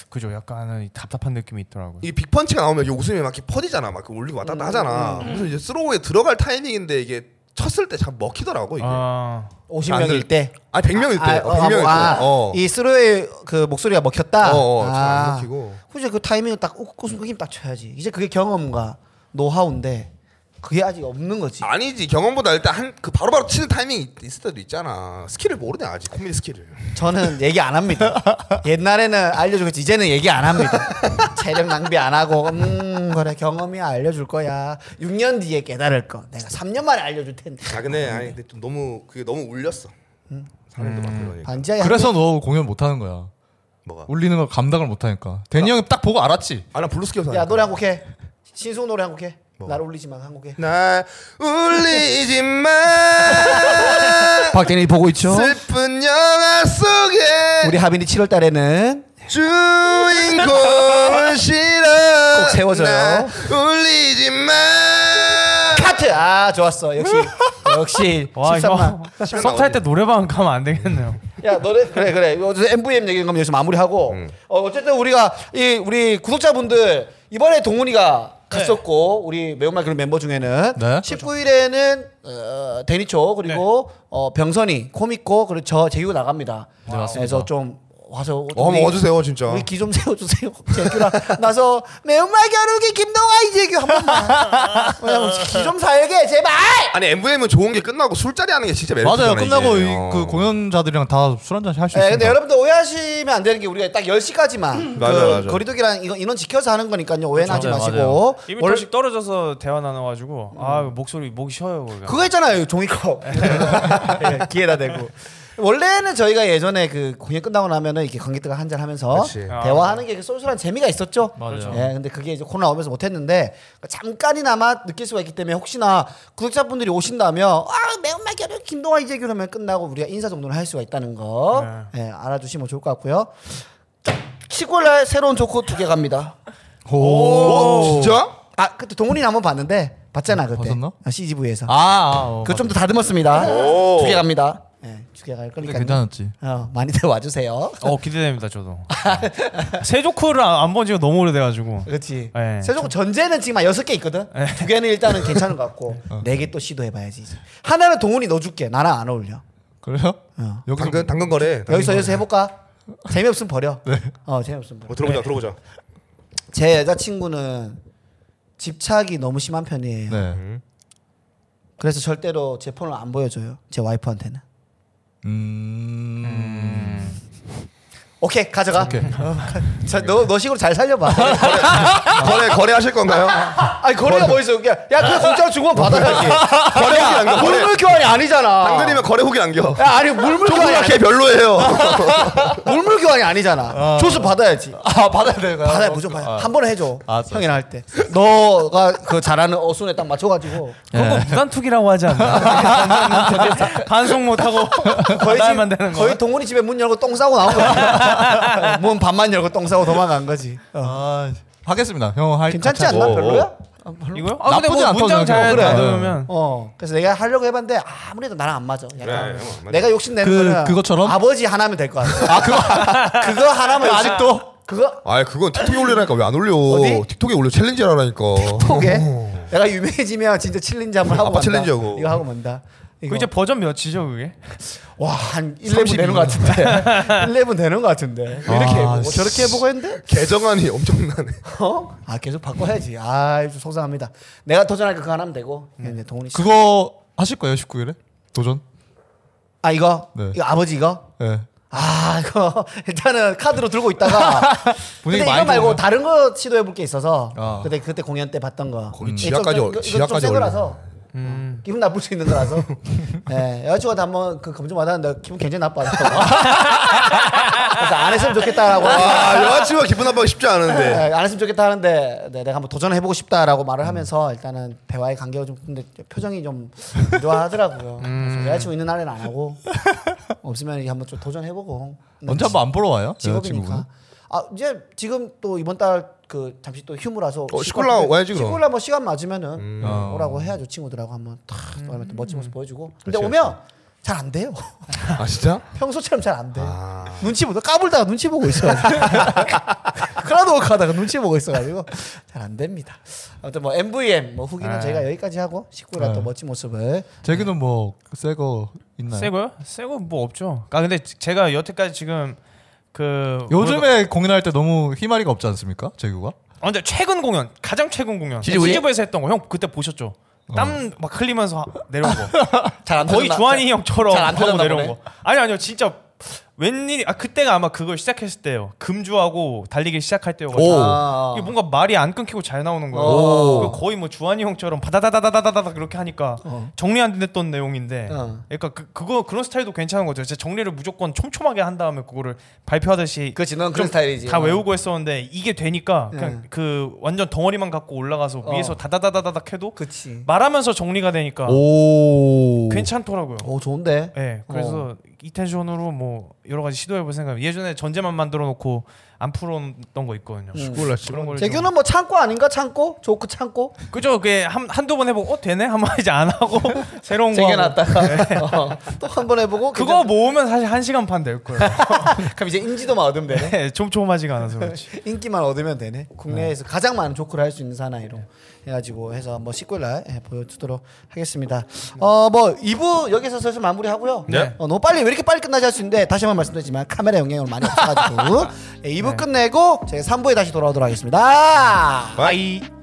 Speaker 4: 그죠. 약간은 답답한 느낌이 있더라고요.
Speaker 2: 이 빅펀치가 나오면 이 웃음이 막 이렇게 퍼지잖아, 막 이렇게 울리고 왔다 갔다 하잖아. 그래서 이제 스로우에 들어갈 타이밍인데 이게 쳤을 때 참 먹히더라고 이게. 아,
Speaker 4: 아.
Speaker 1: 50명일 때
Speaker 2: 니 100명일 때,
Speaker 1: 아,
Speaker 2: 어, 100명일 때.
Speaker 1: 아,
Speaker 2: 어,
Speaker 1: 이 스루의 그 목소리가 먹혔다.
Speaker 2: 어, 어,
Speaker 1: 아.
Speaker 2: 잘안 먹히고.
Speaker 1: 그죠 그 타이밍을 딱 웃고 숨김 딱 쳐야지. 이제 그게 경험과 노하우인데 그게 아직 없는 거지.
Speaker 2: 아니지 경험보다 일단 한 그 바로바로 치는 타이밍 이 있을 때도 있잖아. 스킬을 모르네 아직 코미디 스킬을.
Speaker 1: 저는 얘기 안 합니다. 옛날에는 알려주고 했지, 이제는 얘기 안 합니다. 체력 낭비 안 하고 음 그래 경험이야 알려줄 거야. 6년 뒤에 깨달을 거. 내가 3년 만에 알려줄 텐데.
Speaker 2: 아 근데 아니 근데 좀 너무 그게 너무 울렸어. 음. 사람도 막 그러니까.
Speaker 1: 반지하에
Speaker 3: 그래서 너 공연 못하는 거야
Speaker 2: 뭐가?
Speaker 3: 울리는 걸 감당을 못하니까 대니 형이 딱 보고 알았지
Speaker 2: 아나 블루스 켜서.
Speaker 1: 한- 야
Speaker 2: 하니까.
Speaker 1: 노래 한 곡 해. 신승우 노래 한 곡 해.
Speaker 2: 뭐.
Speaker 1: 나를 울리지 마 한곡 해.
Speaker 2: 날 울리지 마.
Speaker 1: 박대니 보고 있죠?
Speaker 3: 네.
Speaker 2: 슬픈 영화 속에
Speaker 1: 우리 하빈이 7월 달에는
Speaker 2: 주인공을 싫어.
Speaker 1: 꼭 세워줘요.
Speaker 2: 날 울리지 마.
Speaker 1: 카트 아 좋았어 역시 역시
Speaker 4: 와,
Speaker 1: 13만
Speaker 4: 이거 석탈 때 노래방 가면 안 되겠네요.
Speaker 1: 야 너네 그래 그래 어제 MVM 얘기한 거면 여기서 마무리하고
Speaker 2: 음.
Speaker 1: 어, 어쨌든 우리가 이 우리 구독자분들 이번에 동훈이가 갔었고 우리 매운맛 네. 그룹 멤버 중에는
Speaker 3: 네.
Speaker 1: 19일에는 어, 데니초 그리고 어, 병선이 코미코 그리고 저 재유 나갑니다 그래서 좀 와서
Speaker 2: 어, 한번 와주세요, 진짜.
Speaker 1: 우리 기 좀 세워주세요 재규랑 나서 매운맛 겨루기 김동아 이재규 한 번만 어, 기좀 살게 제발
Speaker 2: 아니 MVM은 좋은 게 끝나고 술자리 하는 게 어. 진짜 매력.
Speaker 3: 맞아요 끝나고 이, 그 공연자들이랑 다 음. 술 한잔 할 수
Speaker 1: 네,
Speaker 3: 있어
Speaker 1: 근데 여러분들 오해하시면 안 되는 게 우리가 딱 10시까지만 그
Speaker 2: 맞아요, 맞아요.
Speaker 1: 거리두기랑 이거 인원 지켜서 하는 거니까요. 오해는 하지
Speaker 3: 네, 맞아요,
Speaker 1: 마시고.
Speaker 4: 이미
Speaker 1: 어? 원래
Speaker 4: 조금씩 떨어져서 대화 나눠가지고 아 목소리 목이 쉬어요. 거기가.
Speaker 1: 그거 있잖아요. 종이컵. 예, 기회다 대고. 원래는 저희가 예전에 그 공연 끝나고 나면은 이렇게 관객들과 한잔 하면서
Speaker 2: 그치.
Speaker 4: 아,
Speaker 1: 대화하는 게그 쏠쏠한 재미가 있었죠.
Speaker 3: 맞아요.
Speaker 1: 예, 근데 그게 이제 코로나 오면서 못 했는데 잠깐이나마 느낄 수가 있기 때문에 혹시나 구독자분들이 오신다면 아, 매운맛 겨루 김동아 이제 그러면 끝나고 우리가 인사 정도는 할 수가 있다는 거
Speaker 3: 네.
Speaker 1: 예, 알아주시면 좋을 것 같고요. 시골날 새로운 조커 두 개 갑니다.
Speaker 2: 오, 어, 진짜?
Speaker 1: 아, 그때 동훈이 한번 봤는데 봤잖아 그때.
Speaker 3: 봤었나?
Speaker 1: CGV에서.
Speaker 3: 아, 아 어,
Speaker 1: 그 그거 좀 더 다듬었습니다. 두 개 갑니다. 예. 예, 죽여갈
Speaker 3: 근데
Speaker 1: 거니까.
Speaker 3: 괜찮았지.
Speaker 1: 어, 많이들 와주세요.
Speaker 4: 어 기대됩니다 저도. 세조크를 안본 지가 너무 오래돼가지고.
Speaker 1: 그렇지.
Speaker 3: 네,
Speaker 4: 예.
Speaker 1: 세종 전제는 지금 한 여섯 개 있거든. 두 개는 일단은 괜찮은 것 같고
Speaker 3: 어.
Speaker 1: 네 개 또 시도해봐야지. 이제. 하나는 동훈이 넣어줄게. 나랑 안 어울려.
Speaker 3: 네, 그래요?
Speaker 1: 어.
Speaker 3: 여기서
Speaker 2: 당근 당근 거래. 당근
Speaker 1: 여기서
Speaker 2: 거래.
Speaker 1: 여기서 해볼까? 재미없으면 버려.
Speaker 3: 네.
Speaker 1: 어 재미없으면 버려.
Speaker 2: 어, 들어보자 들어보자.
Speaker 1: 제 여자친구는 집착이 너무 심한 편이에요.
Speaker 3: 네.
Speaker 1: 그래서 절대로 제 폰을 안 보여줘요. 제 와이프한테는.
Speaker 3: 음.
Speaker 1: 오케이 가져가.
Speaker 3: 오케이.
Speaker 1: 어, 가- 자, 너, 너 식으로 잘 살려봐.
Speaker 2: 거래 거래하실 건가요?
Speaker 1: 아! 아니 거래가 뭐 있어? 그냥 야 그냥 공짜로 주고만 받아야지.
Speaker 2: 거래 후기 남겨. 거래.
Speaker 1: 물물 교환이 아니잖아.
Speaker 2: 당근이면 거래 후기 남겨.
Speaker 1: 야 아니 물물 교환이
Speaker 2: 총수가
Speaker 1: 아니,
Speaker 2: 걔 별로예요.
Speaker 1: 물물 교환이 아니잖아. 조수 받아야지.
Speaker 3: 아 받아야 돼요.
Speaker 1: 받아 무조건 어. 받아. 한 번에 해줘.
Speaker 3: 아,
Speaker 1: 형이랑 할 때. 너가 그 잘하는 어순에 딱 맞춰가지고.
Speaker 4: 그거 무단투기라고 하지 않나? 반송 못하고
Speaker 1: 거의,
Speaker 4: 거의 만 되는
Speaker 1: 집,
Speaker 4: 거.
Speaker 1: 거의 동훈이 집에 문 열고 똥 싸고 나온 거야. 문 반만 열고 똥 싸고 도망간 거지. 어.
Speaker 3: 아, 하겠습니다. 형 할.
Speaker 1: 괜찮지
Speaker 3: 같이 어,
Speaker 1: 않나
Speaker 2: 오, 오.
Speaker 1: 별로야?
Speaker 4: 이거요? 아 근데
Speaker 3: 나쁘지
Speaker 4: 뭐
Speaker 3: 않다고
Speaker 4: 문장 잘
Speaker 3: 생각해요. 그래.
Speaker 4: 다듬으면
Speaker 1: 어. 그래서 내가 하려고 해봤는데 아무래도 나랑 안 맞아. 약간
Speaker 2: 네, 맞아.
Speaker 1: 내가 욕심 내는
Speaker 3: 그-
Speaker 1: 거는
Speaker 3: 그것처럼?
Speaker 1: 아버지 하나면 될 것 같아. 아 그거 그거 하나면 아직도 그거
Speaker 2: 아 그건 틱톡에 올리라니까 왜 안 올려?
Speaker 1: 어디?
Speaker 2: 틱톡에 올려 챌린지 하라니까.
Speaker 1: 포게. 내가 유명해지면 진짜 챌린지 한번 하고
Speaker 2: 아빠
Speaker 1: 만다.
Speaker 2: 챌린지하고.
Speaker 1: 이거 하고 만다. 이거.
Speaker 4: 그 이제 버전 몇이죠 그게?
Speaker 1: 와한 1레븐 되는 것 같은데 1레븐 되는 것 같은데 왜 이렇게
Speaker 3: 아,
Speaker 1: 해보고
Speaker 3: 씨.
Speaker 1: 저렇게 해보고 했는데
Speaker 2: 개정안이 엄청나네.
Speaker 1: 어? 아 계속 바꿔야지 아좀 속상합니다 내가 도전할 거 그거 하나 하면 되고
Speaker 2: 음.
Speaker 1: 이제 동훈이 씨.
Speaker 3: 그거 하실 거예요 19일에 도전?
Speaker 1: 아 이거
Speaker 3: 네.
Speaker 1: 이거 아버지 이거
Speaker 3: 예. 네.
Speaker 1: 아 이거 일단은 카드로 들고 있다가 근데
Speaker 3: 분위기
Speaker 1: 이거
Speaker 3: 많이
Speaker 1: 말고
Speaker 3: 좋네.
Speaker 1: 다른 거 시도해 볼 게 있어서
Speaker 3: 아.
Speaker 1: 그때 그때 공연 때 봤던 거
Speaker 2: 거기
Speaker 1: 음.
Speaker 2: 지하까지
Speaker 1: 좀-
Speaker 2: 올-
Speaker 1: 좀- 이거
Speaker 2: 지하까지
Speaker 1: 좀센
Speaker 2: 올라.
Speaker 1: 거라서 기분 나쁠 수 있는 거라서 네, 여자친구한테 한번 그 검증 받았는데 기분 굉장히 나빠서 그래서 안 했으면 좋겠다라고
Speaker 2: 와 아, 여자친구가 기분 나빠하기 쉽지 않은데.
Speaker 1: 네, 안 했으면 좋겠다 하는데 네, 내가 한번 도전해보고 싶다라고 말을 하면서 일단은 대화의 관계가 좀 근데 표정이 좀 좋아하더라고요. 그래서 여자친구 있는 날에는 안 하고 없으면 이게 한번 좀 도전해보고
Speaker 3: 언제 한번 안 보러 와요? 예,
Speaker 1: 직업이니까. 아 이제 지금 또 이번 달 그 잠시 또 휴무라서
Speaker 2: 어, 시골라 와야지, 그럼. 음.
Speaker 1: 시골라 뭐 시간 맞으면은
Speaker 4: 아.
Speaker 3: 어.
Speaker 1: 오라고 해야죠 친구들하고 한번 탁 오면 또 멋진 모습 보여주고. 근데 오면 잘 안 돼요.
Speaker 2: 아 진짜?
Speaker 1: 평소처럼 잘 안 돼.
Speaker 2: 아.
Speaker 1: 눈치 보다 까불다가 눈치 보고 있어. 크라우드 하다가 눈치 보고 있어가지고 잘 안 됩니다. 아무튼 뭐 MVM 뭐 후기는
Speaker 2: 아.
Speaker 1: 저희가 여기까지 하고 19라
Speaker 4: 아.
Speaker 1: 또
Speaker 3: 네.
Speaker 1: 멋진 모습을
Speaker 3: 제기는 뭐새거 있나요?
Speaker 4: 새거요? 새거 뭐 없죠. 아 근데 제가 여태까지 지금 그
Speaker 3: 요즘에 공연할 때 너무 희마리가 없지 않습니까? 제규가?
Speaker 4: 아, 근데 최근 공연 가장 최근 공연
Speaker 2: 지지부리?
Speaker 4: 지지부에서 했던 거 형 그때 보셨죠? 땀 막 흘리면서 하- 내려온 거
Speaker 1: 어. 잘안
Speaker 4: 거의 주한이 형처럼
Speaker 1: 잘안
Speaker 4: 하고
Speaker 1: 터졌나
Speaker 4: 내려온
Speaker 1: 보네.
Speaker 4: 거 아니 아니요 진짜 웬일이 아 그때가 아마 그걸 시작했을 때예요 금주하고 달리기 시작할 때여가지고
Speaker 1: 오.
Speaker 4: 이게 뭔가 말이 안 끊기고 잘
Speaker 1: 오.
Speaker 4: 나오는 거예요 그 거의 뭐 주한이 형처럼 바다다다다다다다 그렇게 하니까 정리 안 됐던 내용인데
Speaker 1: 어.
Speaker 4: 그러니까 그, 그거 그런 스타일도 괜찮은 거죠 진짜 정리를 무조건 촘촘하게 한 다음에 그거를 발표하듯이
Speaker 1: 그렇지 넌
Speaker 4: 좀
Speaker 1: 그런 스타일이지. 어.
Speaker 4: 다 외우고 했었는데 이게 되니까 그냥 그 완전 덩어리만 갖고 올라가서
Speaker 1: 네. 어.
Speaker 4: 위에서 다다다다다닥 해도
Speaker 1: 그렇지.
Speaker 4: 말하면서 정리가 되니까
Speaker 3: 오.
Speaker 4: 아. 괜찮더라고요.
Speaker 1: 오 어, 좋은데.
Speaker 4: 예. 그래서 이 텐션으로 뭐 여러 가지 시도해 볼 생각. 예전에 전제만 만들어 놓고 안 풀었던 거 있거든요.
Speaker 2: 몰라
Speaker 4: 그런 거를 좀-
Speaker 1: 음. 재규는 뭐 창고 아닌가 창고 조크 창고
Speaker 4: 그죠? 그게 한 한두 번 해보고 어 되네 한번 이제 안 하고 새로운 거. 하고.
Speaker 1: 쟁여놨다가 또 한 번 해보고
Speaker 4: 그거 모으면 사실 한 시간 반 될 거예요.
Speaker 1: 괜찮- 그럼 이제 인지도만 얻으면 되네.
Speaker 4: 네, 촘촘하지가 않아서 그렇지.
Speaker 1: 인기만 얻으면 되네. 국내에서 가장 많은 조크를 할 수 있는 사나이로 해가지고 해서 뭐 19일날 보여주도록 하겠습니다. 어뭐 2부 여기서 슬슬 마무리하고요.
Speaker 2: 네.
Speaker 1: 어, 너무 빨리 왜 이렇게 빨리 끝나지 할 수 있는데 다시 한번 말씀드리지만 카메라 영향을 예, 많이 받아가지고 2부 끝내고 제가 3부에 다시 돌아오도록 하겠습니다.
Speaker 2: 바이.